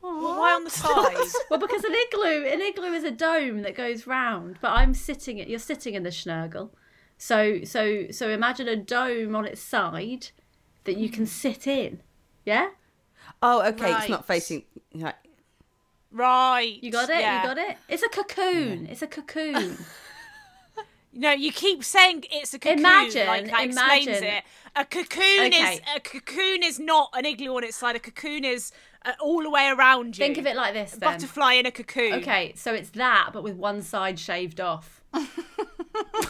Why on the side?
Well, because an igloo, an igloo is a dome that goes round, but I'm sitting you're sitting in the schnurgle. So so so imagine a dome on its side that you can sit in. Yeah?
Oh, okay. It's
Right.
not facing. Right.
right.
You got it? You got it? It's a cocoon. It's a cocoon.
No, you keep saying it's a cocoon.
Imagine,
like that explains
imagine.
it. A cocoon
Okay.
is a cocoon is not an igloo on its side. A cocoon is uh, all the way around you.
Think of it like this then.
butterfly in a cocoon.
Okay, so it's that but with one side shaved off. Do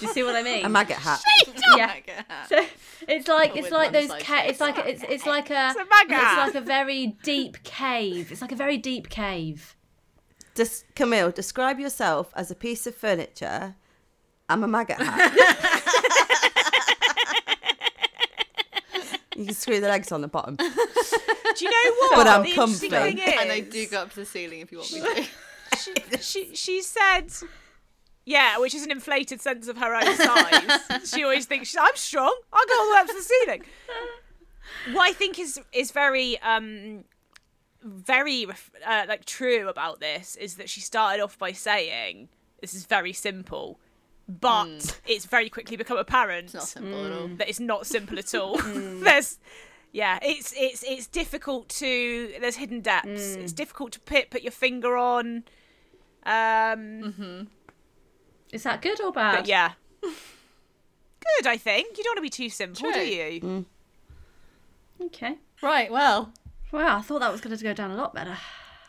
you see what I mean?
A maggot hat.
yeah. So it's like it's
with
like
one
those
side
ca- it's like a- it's it's like a
It's a maggot.
it's like a very deep cave. It's like a very deep cave.
Des- Camille, describe yourself as a piece of furniture. I'm a maggot hat. you can screw the legs on the bottom.
Do you know what?
But I'm
the interesting
comfy.
thing is,
And I do go up to the ceiling if you want me to.
she she said, yeah, which is an inflated sense of her own size. she always thinks she's, I'm strong. I'll go all the way up to the ceiling. What I think is is very um very ref- uh, like true about this is that she started off by saying this is very simple, but it's very quickly become apparent
Not simple at all.
that it's not simple at all. there's yeah, it's it's it's difficult to there's hidden depths. It's difficult to put put your finger on. Um,
Is that good or bad?
but yeah, good. I think you don't want to be too simple,
True.
do you?
Okay.
Right. Well,
Well, I thought that was going to go down a lot better.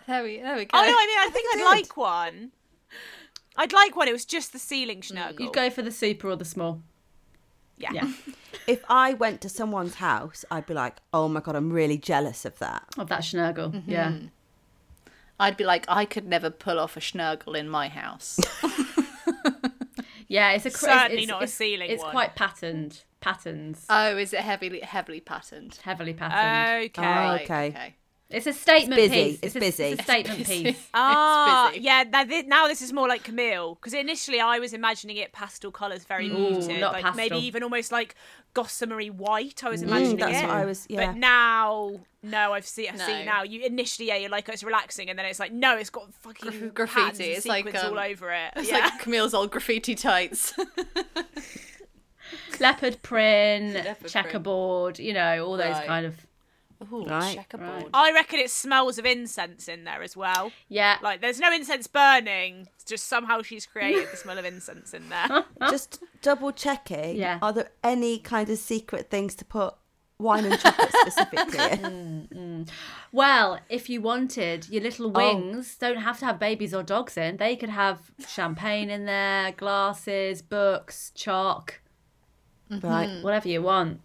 there we there we go.
Oh no, I mean I think I'd like one. I'd like one. It was just the ceiling schnurgle.
You'd go for the super or the small.
yeah.
Yeah.
If I went to someone's house, I'd be like, oh my God, I'm really jealous of that.
Of that schnurgle. Yeah.
I'd be like, I could never pull off a schnurgle in my house.
Yeah, it's a cr-
Certainly
it's,
not a ceiling
It's
one.
quite patterned. Patterns.
oh, is it heavily heavily patterned?
Heavily patterned.
Okay.
Oh.
Right,
Okay.
Oh.
it's a statement
It's busy.
piece.
It's
a,
busy.
It's a statement piece.
Ah,
busy.
yeah. Now this, now this is more like Camille because initially I was imagining it pastel colours, very muted,
not
like
pastel.
maybe even almost like gossamery white. I was imagining
that's
it.
what I was- yeah.
But now, no, I've seen. I
No.
see now. You initially, yeah, you're like oh, it's relaxing, and then it's like no, it's got fucking
Gra- graffiti.
graffiti.
It's like, um,
all over it.
It's
yeah.
like Camille's old graffiti tights.
Leopard print,
print.
checkerboard, you know, all those
Right.
kind of.
Ooh,
Right.
checkerboard.
I reckon it smells of incense in there as well.
Yeah.
Like there's no incense burning. It's just somehow she's created the smell of incense in there.
Just double checking.
Yeah.
Are there any kind of secret things to put wine and chocolate specifically in?
Well, if you wanted, your
Oh.
little wings don't have to have babies or dogs in. They could have champagne in there, glasses, books, chalk,
Right.
whatever you want.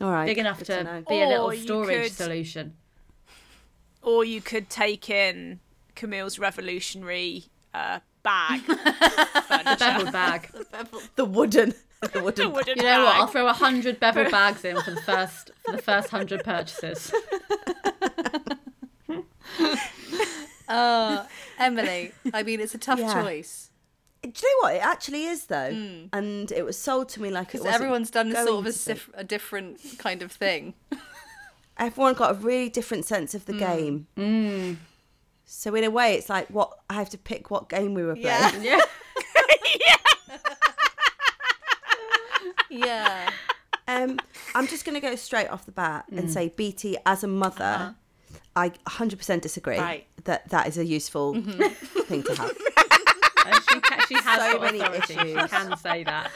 All right.
Mm-hmm. Big enough
Good
to,
know.
be a
Or
little
you
storage
could-
solution.
or you could take in Camille's revolutionary uh, bag.
Bevel bag.
The wooden. The wooden.
Wooden
You know what?
bag.
I'll throw a hundred bevel bags in for the first for the first hundred purchases.
Oh, Emily. I mean, it's a tough
Yeah.
choice
Do you know what? It actually is though,
Mm.
and it was sold to me like it
because
was.
everyone's done a sort of a,
sif-
sif- a different kind of thing. Mm.
Everyone got a really different sense of the game. So in a way, it's like what I have to pick what game we were playing.
Yeah.
Yeah.
Yeah.
Um, I'm just going to go straight off the bat
Mm.
and say, BT, as a mother, I 100% disagree
Uh-huh. Right. Mm-hmm.
that that is a useful thing to have.
And she, ca- she has
So
got
many
authority. She
issues.
can say that.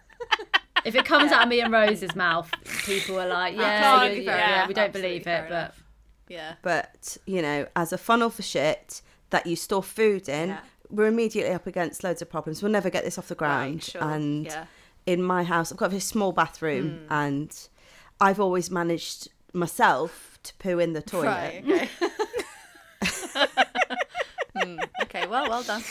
If it comes out of me and Rose's mouth, people are like, yeah,
can't
you-
be
yeah,
fair
yeah,
enough.
we don't
Absolutely
believe
fair
it, but
enough. Yeah.
But, you know, as a funnel for shit that you store food in,
Yeah.
we're immediately up against loads of problems. We'll never get this off the ground.
sure.
And
Yeah.
in my house, I've got a very small bathroom and I've always managed myself to poo in the toilet.
Right. Okay. Mm, okay. Well, well done.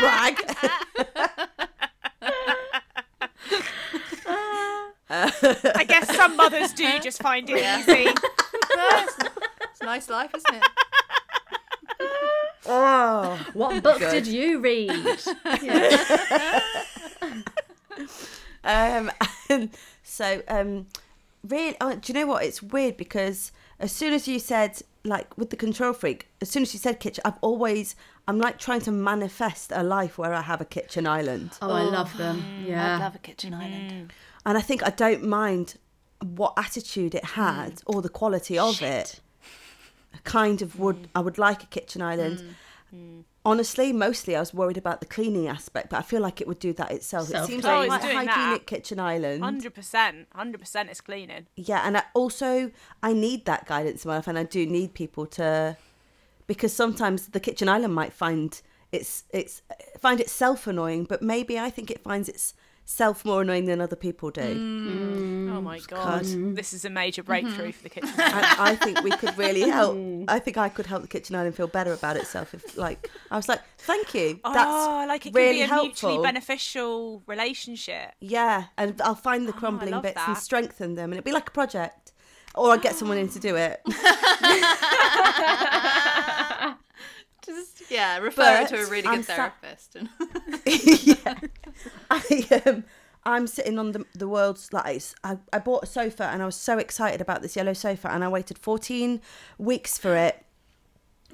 brag.
I guess some mothers do just find it easy.
Yeah, it's, it's a nice life, isn't it?
Oh.
what book did you read?
Um, and so, um, really, oh, do you know what? It's weird because as soon as you said, like, with the control freak, as soon as you said kitchen, I've always, I'm like trying to manifest a life where I have a kitchen island.
Oh, I love them. Yeah.
I'd love a kitchen island.
And I think I don't mind what attitude it had or the quality of it. I kind of would, I would like a kitchen island. Honestly, mostly I was worried about the cleaning aspect, but I feel like it would do that itself.
Self-
it seems
Oh,
like
it's
quite a
doing that.
hygienic kitchen island.
Hundred percent, hundred percent is cleaning.
Yeah, and I also I need that guidance in my life, and I do need people to, because sometimes the kitchen island might find it's it's find itself annoying, but maybe I think it finds itself more annoying than other people do.
oh my god, this is a major breakthrough for the kitchen.
And I think we could really help.
Mm.
I think I could help the kitchen island feel better about itself if, like, I was like, thank you. That's
oh, like it
really
can be a
helpful.
mutually beneficial relationship.
Yeah, and I'll find the crumbling
Ah, love
bits and
that.
strengthen them, and it'd be like a project. Or I'd get someone in to do it.
Just yeah, refer
But
to a really
I'm
good
sa-
therapist. And
yeah. I um I'm sitting on the, the world's like it's- I, I bought a sofa and I was so excited about this yellow sofa and I waited 14 weeks for it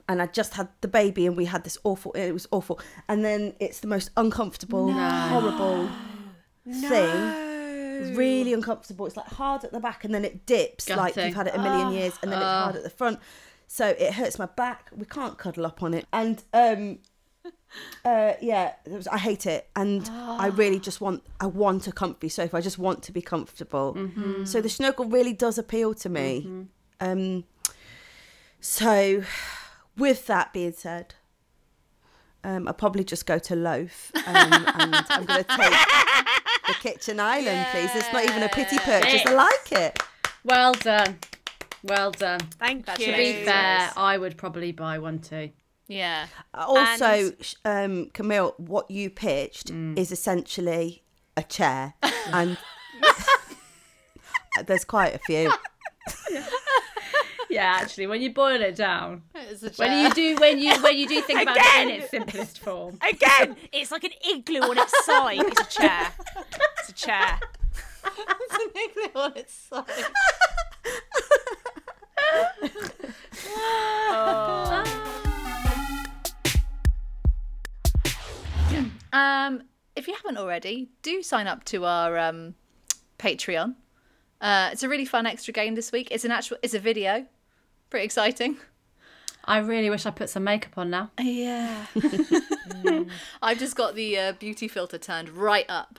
and I just had the baby and we had this awful it was awful and then it's the most uncomfortable horrible thing really uncomfortable it's like hard at the back and then it dips like
Gutting.
you've had it a million years and then it's hard at the front so it hurts my back we can't cuddle up on it and um uh, yeah, it was- I hate it, and I really just want I want a comfy sofa. I just want to be comfortable. So the snuggle really does appeal to me. Um, so, with that being said, um, I'll probably just go to Loaf, um, and I'm going to take the kitchen island, please. It's not even a pity purchase. I like it.
Well done. Well done.
Thank
That
you.
should
To be
Jesus.
fair, I would probably buy one too.
yeah.
Also, sh um, Camille, what you pitched
Mm.
is essentially a chair, and there's quite a few.
Yeah, actually, when you boil it down,
It's a
when
chair.
you do when you when you do think about it in
Again!
its simplest form,
Again, it's like an igloo on its side. It's a chair. It's a chair.
It's an igloo on its side. Oh. um, if you haven't already, do sign up to our um, Patreon. Uh, it's a really fun extra game this week. It's an actual, it's a video. Pretty exciting.
I really wish I put some makeup on now.
Yeah. I've just got the uh, beauty filter turned right up,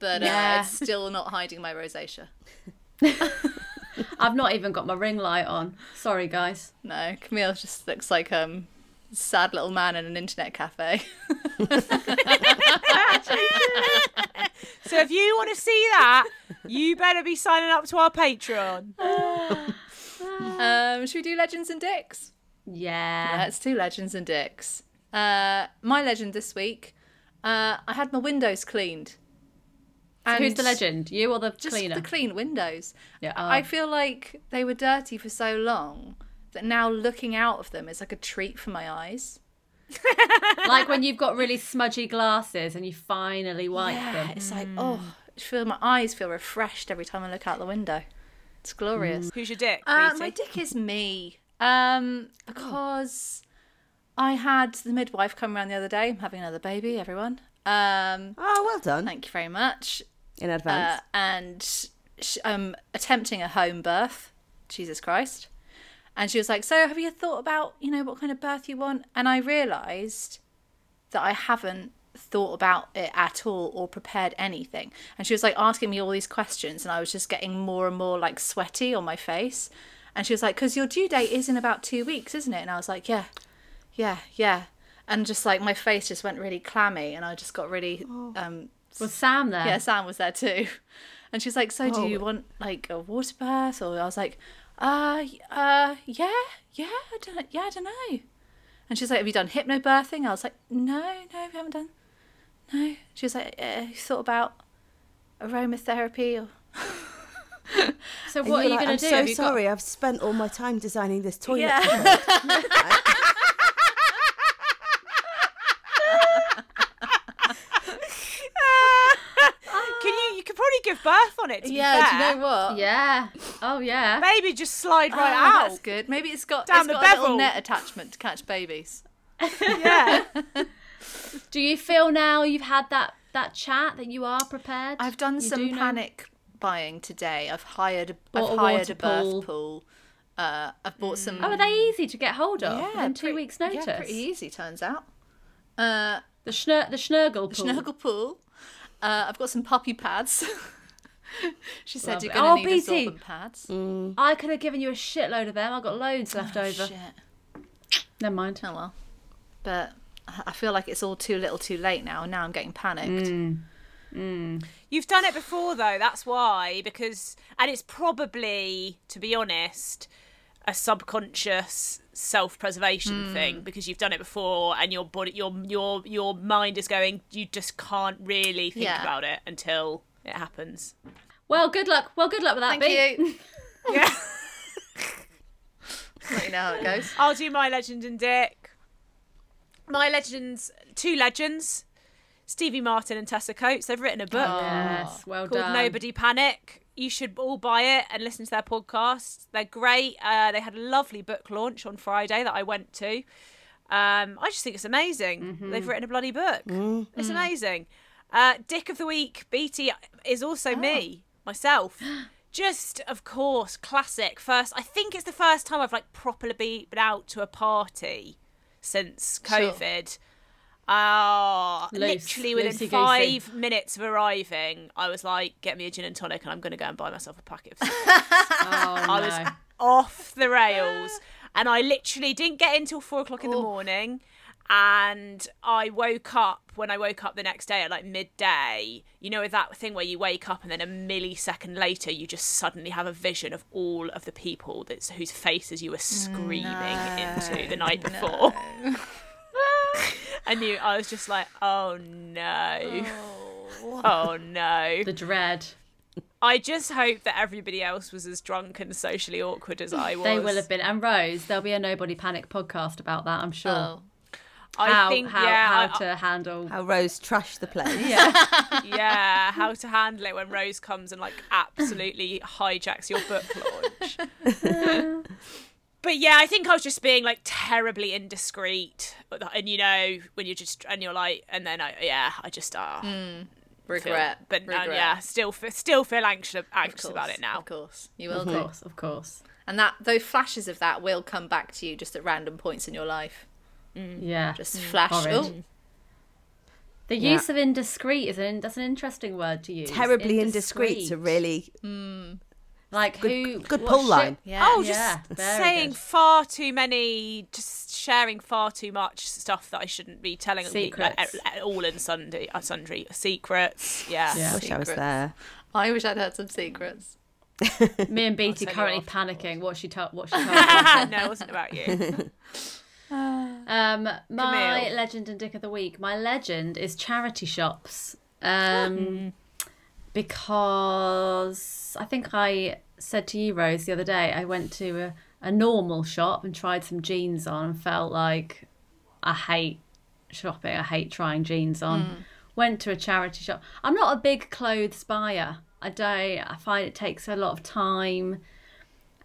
but uh,
Yeah.
it's still not hiding my rosacea.
I've not even got my ring light on. Sorry, guys.
No, Camille just looks like um sad little man in an internet cafe.
So if you want to see that, you better be signing up to our Patreon.
um, should we do legends and dicks?
Yeah.
Let's do legends and dicks. Uh, my legend this week. Uh, I had my windows cleaned.
So who's
And
the legend? You or the
Just
cleaner? Oh.
the clean windows.
yeah.
I feel like they were dirty for so long that now looking out of them is like a treat for my eyes.
oh. like when you've got really smudgy glasses and you finally wipe
Yeah,
them.
Mm. it's like oh, I feel my eyes feel refreshed every time I look out the window. It's glorious.
Who's your dick?
Uh,
BT?
my dick is me. Um, because I had the midwife come around the other day. I'm having another baby, everyone. Um,
Oh, well done
thank you very much.
in
Uh,
advance.
and sh um, attempting a home birth. Jesus Christ. And she was like, "So, have you thought about, you know, what kind of birth you want?" And I realized that I haven't thought about it at all or prepared anything. And she was like asking me all these questions, and I was just getting more and more like sweaty on my face. And she was like, "Cause your due date is in about two weeks, isn't it?" And I was like, "Yeah, yeah, yeah." And just like my face just went really clammy, and I just got really um,
Was Sam there?
yeah, Oh. Sam was there too. And she's like, "So, do you want like a water bath?" Or I was like, "Uh, y- uh, yeah, yeah, I don't, yeah, I don't know." And she's like, "Have you done hypnobirthing?" I was like, "No, no, we haven't done. No." She was like, uh, "Have you thought about aromatherapy?" Or
So what are you
You're like,
going
I'm
to do?
so
Have you got-
sorry. I've spent all my time designing this toilet.
Yeah.
cover."
Can you? You could probably give birth on it. To
yeah,
be
do
fair.
you know what?
Yeah. Oh yeah.
Maybe just slide right
Oh,
out.
that's good. Maybe it's got,
Down
it's
the
got a little
bevel.
net attachment to catch babies.
Yeah.
Do you feel now you've had that that chat that you are prepared?
I've done
You
some
do know-
panic buying today. I've hired
Bought
I've
a
hired a
water
birth pool.
pool.
Uh, I've bought some
Oh, are they easy to get hold of? within two
pretty-
weeks' notice.
Yeah, pretty e- easy turns out. Uh,
The schnur the schnurgle pool.
Snuggle pool. Uh, I've got some puppy pads. she said
Lovely.
you're gonna
Oh,
need
BT.
absorbent pads.
I could have given you a shitload of them. I've got loads left over.
Shit.
Never mind.
Oh well. But I I feel like it's all too little, too late now. and Now I'm getting panicked.
You've done it before though, that's why because and it's probably to be honest a subconscious
Hmm.
self-preservation thing because you've done it before and your body your your your mind is going you just can't really think
Yeah.
about it until it happens.
Well, good luck. Well, good luck with that.
Thank
Bea.
you.
Yeah.
Let you know how it goes.
I'll do my legend and Dick. My legends, two legends, Stevie Martin and Tessa Coates. They've written a book.
Yes. Well
called
done.
Nobody Panic. You should all buy it and listen to their podcast. They're great. Uh, they had a lovely book launch on Friday that I went to. Um, I just think it's amazing.
Mm-hmm.
They've written a bloody book. It's amazing. Uh, Dick of the week, BT is also
Ah.
me, myself. Just of course, classic. First, I think it's the first time I've like properly been out to a party since
Sure.
COVID. Ah,
Loose,
literally within
loosey-goosey.
five minutes of arriving, I was like, "Get me a gin and tonic, and I'm going to go and buy myself a packet." of cigarettes."
Oh, no.
Off the rails, and I literally didn't get in till four o'clock in the morning, and I woke up when I woke up the next day at like midday. You know, with that thing where you wake up and then a millisecond later, you just suddenly have a vision of all of the people that's whose faces you were screaming into the night before. I knew I was just like, oh no. Oh, no.
The dread.
I just hope that everybody else was as drunk and socially awkward as I was.
They will have been. And Rose, there'll be a Nobody Panic podcast about that, I'm sure.
Oh.
I
How,
think
how,
yeah,
how
I-
to handle.
How Rose trashed the place.
yeah, how to handle it when Rose comes and like absolutely hijacks your book launch. but yeah, I think I was just being like terribly indiscreet, uh, and you know when you're just and you're like, and then I yeah, I just uh,
Mm.
feel-
Regret.
but uh,
regret.
yeah, still fe- still feel anxious
Of
anxious
course,
about it now.
Of course. You will
Of
do.
course, of course.
And that those flashes of that will come back to you just at random points in your life.
Yeah.
Just flash.
Horrid.
Oh,
the
Yeah.
use of indiscreet is an that's an interesting word to use.
Terribly indiscreet. So really
like who
good
what
pull
shit-
line.
yeah.
Oh,
Yeah,
just
very
saying
good.
far too many, just sharing far too much stuff that I shouldn't be telling people at- e,
Secrets.
at all in Sunday, uh, sundry secrets. Yeah.
Yeah.
wish I was
Secrets.
there.
Oh, I wish I'd heard some secrets.
Me and Beatty
tell you
currently
afterwards.
panicking. What she told. What she told.
no, it wasn't about you.
um, my
Camille.
legend and dick of the week. My legend is charity shops. Um, because I think I said to you, Rose, the other day. I went to a, a normal shop and tried some jeans on and felt like I hate shopping. I hate trying jeans on. Went to a charity shop. I'm not a big clothes buyer. I don't. I find it takes a lot of time.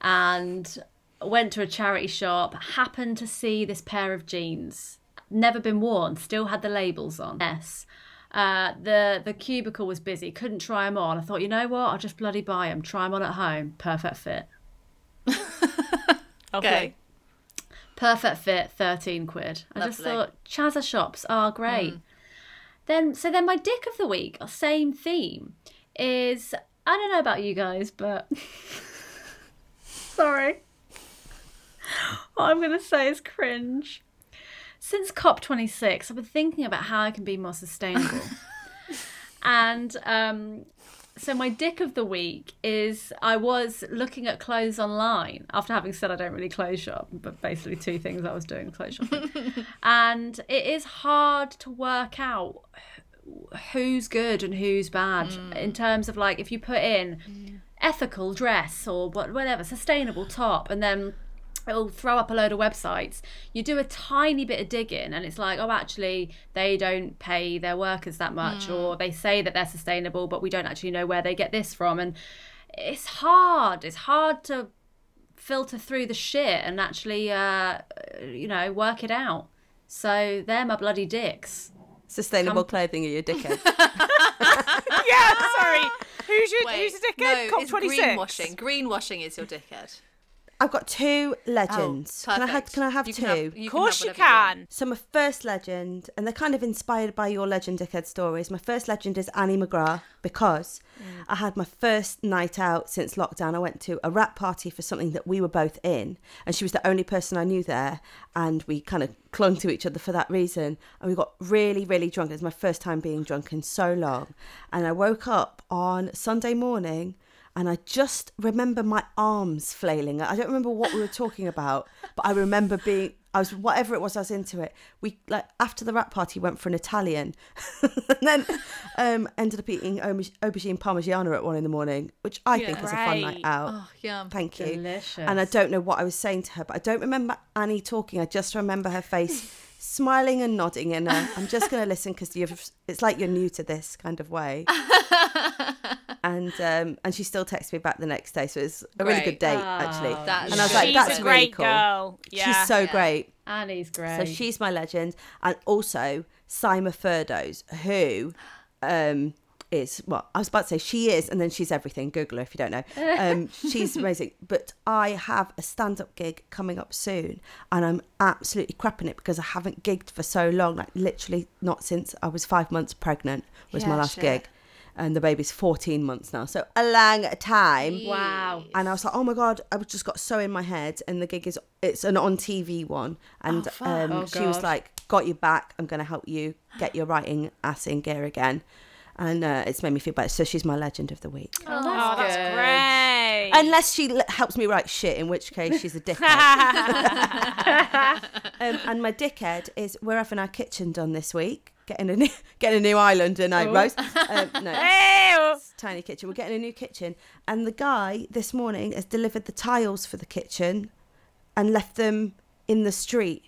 And went to a charity shop, happened to see this pair of jeans. Never been worn, still had the labels on. Yes. Uh, the the cubicle was busy, couldn't try them on. I thought, you know what? I'll just bloody buy them, try them on at home. Perfect fit.
Okay.
Perfect fit, 13 quid. I just
Lovely.
thought, Chazza shops are great. Then, so then my dick of the week, same theme, is I don't know about you guys, but sorry. What I'm going to say is cringe. Since COP26, I've been thinking about how I can be more sustainable. and um, so my dick of the week is I was looking at clothes online after having said I don't really clothes shop, but basically two things I was doing clothes shopping. and it is hard to work out who's good and who's bad in terms of like if you put in ethical dress or what whatever sustainable top and then it'll throw up a load of websites you do a tiny bit of digging and it's like oh actually they don't pay their workers that much
Hmm.
or they say that they're sustainable but we don't actually know where they get this from and it's hard it's hard to filter through the shit and actually uh you know work it out so they're my bloody dicks
Sustainable clothing are your dickhead.
yeah, sorry. Who's your
Wait,
who's your dickhead?
No,
Cop
it's
26.
greenwashing. Greenwashing is your dickhead.
I've got two legends.
Oh,
can I have
perfect.
can I have
You
two?
you
Of course you
whatever want.
can.
So my first legend, and they're kind of inspired by your legend dickhead stories. My first legend is Annie McGrath because I had my first night out since lockdown. I went to a rap party for something that we were both in, and she was the only person I knew there, and we kind of clung to each other for that reason. And we got really, really drunk. It was my first time being drunk in so long, and I woke up on Sunday morning. And I just remember my arms flailing. I don't remember what we were talking about, but I remember being I was whatever it was I was into it. We like after the rap party went for an Italian, and then um, ended up eating auberg- aubergine parmigiana at one in the morning, which I think is a fun night
Great.
out.
Oh, yum.
Thank you.
Delicious.
And I don't know what I was saying to her, but I don't remember Annie talking. I just remember her face smiling and nodding. And uh, I'm just going to listen because it's like you're new to this kind of way. and um, and she still texts me back the next day, so it's a
Great.
really
Ah,
good date actually.
That's
and I was
good.
like,
She's
that's
a
really
great
cool.
girl. Yeah.
She's so
Yeah.
great.
Annie's great.
So she's my legend, and also Sima Ferdos, who um, is well, I was about to say she is, and then she's everything. Google her if you don't know. Um, she's amazing. But I have a stand-up gig coming up soon, and I'm absolutely crapping it because I haven't gigged for so long. Like literally, not since I was five months pregnant was my
Yeah,
last
shit.
gig, and the baby's 14 months now, so a long time.
wow.
And I was like, oh my god, I just got so in my head. And the gig is it's an on TV one, and um,
Oh,
she was
God.
like, got your back. I'm gonna help you get your writing ass in gear again. And uh, it's made me feel better. So she's my legend of the week.
Oh,
Oh, that's
good.
great.
Unless she l- helps me write shit, in which case she's a dickhead. um, and my dickhead is we're having our kitchen done this week. Getting a new, getting a new island and I
Oh.
rose. Um, no,
Ew.
tiny kitchen. We're getting a new kitchen, and the guy this morning has delivered the tiles for the kitchen and left them in the street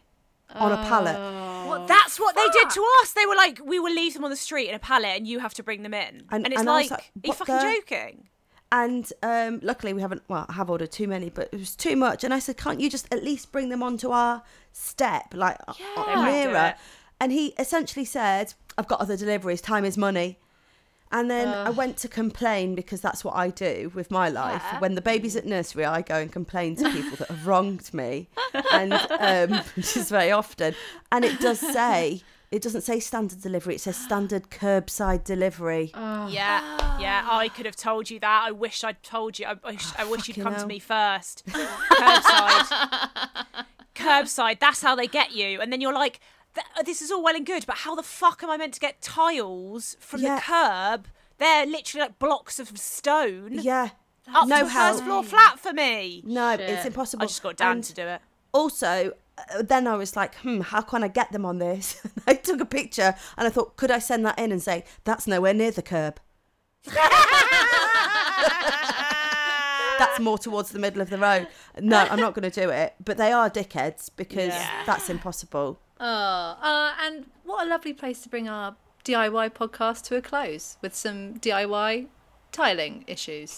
on a pallet.
Well, that's what they did to us. They were like, we will leave them on the street in a pallet and you have to bring them in.
And-
And, it's
and I
like,
was
are
like,
you
what
fucking
the-
joking?
And um, luckily, we haven't. Well, I have ordered too many, but it was too much. And I said, "Can't you just at least bring them onto our step, like uh, uh,
They won't do
nearer?"
it.
And he essentially said, "I've got other deliveries. Time is money." And then I went to complain because that's what I do with my life. When the baby's at nursery, I go and complain to people that have wronged me, and um, which is very often. And it does say it doesn't say standard delivery; it says standard curbside delivery.
Oh. Yeah, yeah.
Ah.
I could have told you that. I wish I'd told you. I, I, wish- I wish you'd
fucking
come
hell.
to me first. Curbside. Curbside. That's how they get you. And then you're like, "Th- uh, this is all well and good, but how the fuck am I meant to get tiles from
Yeah.
the curb? They're literally like blocks of stone
yeah,
up
no
to a
help.
first floor flat for me.
No, it's
Shit.
impossible.
I just got Dan
And
to do it.
Also, uh, then I was like, hmm, how can I get them on this? I took a picture and I thought, could I send that in and say, that's nowhere near the curb? That's more towards the middle of the road. No, I'm not going to do it. But they are dickheads because
Yeah.
that's impossible.
Oh, uh, and what a lovely place to bring our DIY podcast to a close with some DIY tiling issues.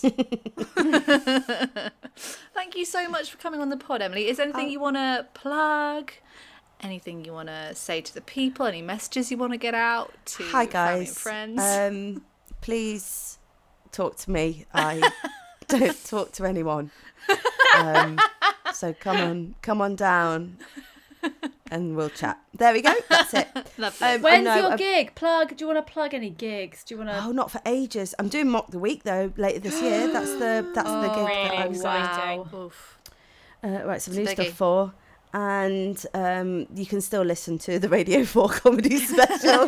Thank you so much for coming on the pod, Emily. Is there
Oh.
anything you want to plug? Anything you want to say to the people? Any messages you want to get out to family
Hi
and
guys.
friends?
Um, please talk to me. I don't talk to anyone. Um, so come on, come on down, and we'll chat. There we go. That's it.
Lovely.
Um, I
When's
know,
your
I've-
gig? Plug. Do you want to plug any gigs? Do you want to?
Oh, not for ages. I'm doing mock the week though later this year. That's the that's
Oh,
the gig that I'm
wow.
Oof.
uh, write some new
Oh, biggie.
stuff for. And um, you can still listen to the Radio 4 comedy special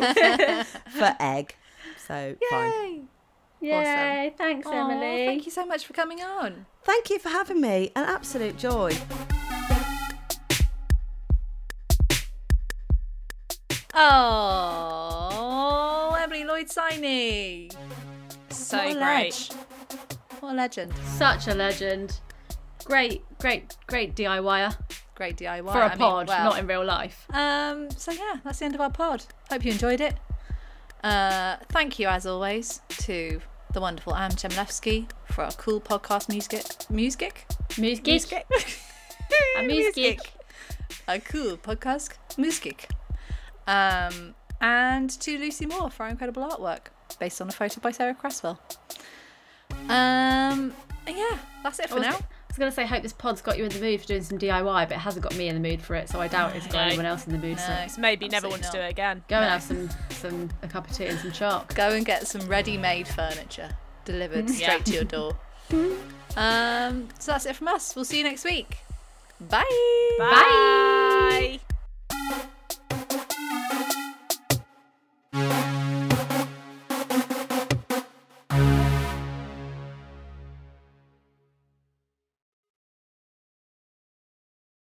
for Egg. So fine.
Yay.
Yay! Thanks,
Aw,
Emily.
Thank you so much for coming on.
Thank you for having me. An absolute joy.
Oh, Emily Lloyd Siney.
So
what a
great.
ledge. What a legend.
Such a legend. Great, great, great DIYer
Great DIY.
for
a
a pod, not in real life.
Um, so yeah, that's the end of our pod. Hope you enjoyed it. Uh, thank you as always to the wonderful Am Chemlevsky for our cool podcast music music
Moose geek. A moose geek.
a cool podcast music. Um, and to Lucy Moore for our incredible artwork based on a photo by Sarah Cresswell. Um, and yeah, that's it
I
for
was,
now.
I was gonna say, hope this pod's got you in the mood for doing some DIY, but it hasn't got me in the mood for it, so I doubt it's got
No.
anyone else in the mood.
No.
So
It's maybe never want to do
Absolutely
it again.
go and have some, some a cup of tea and some chalk.
Go and get some ready-made furniture delivered straight
Mm-hmm. Yeah.
to your door. um, so that's it from us. We'll see you next week. Bye.
Bye.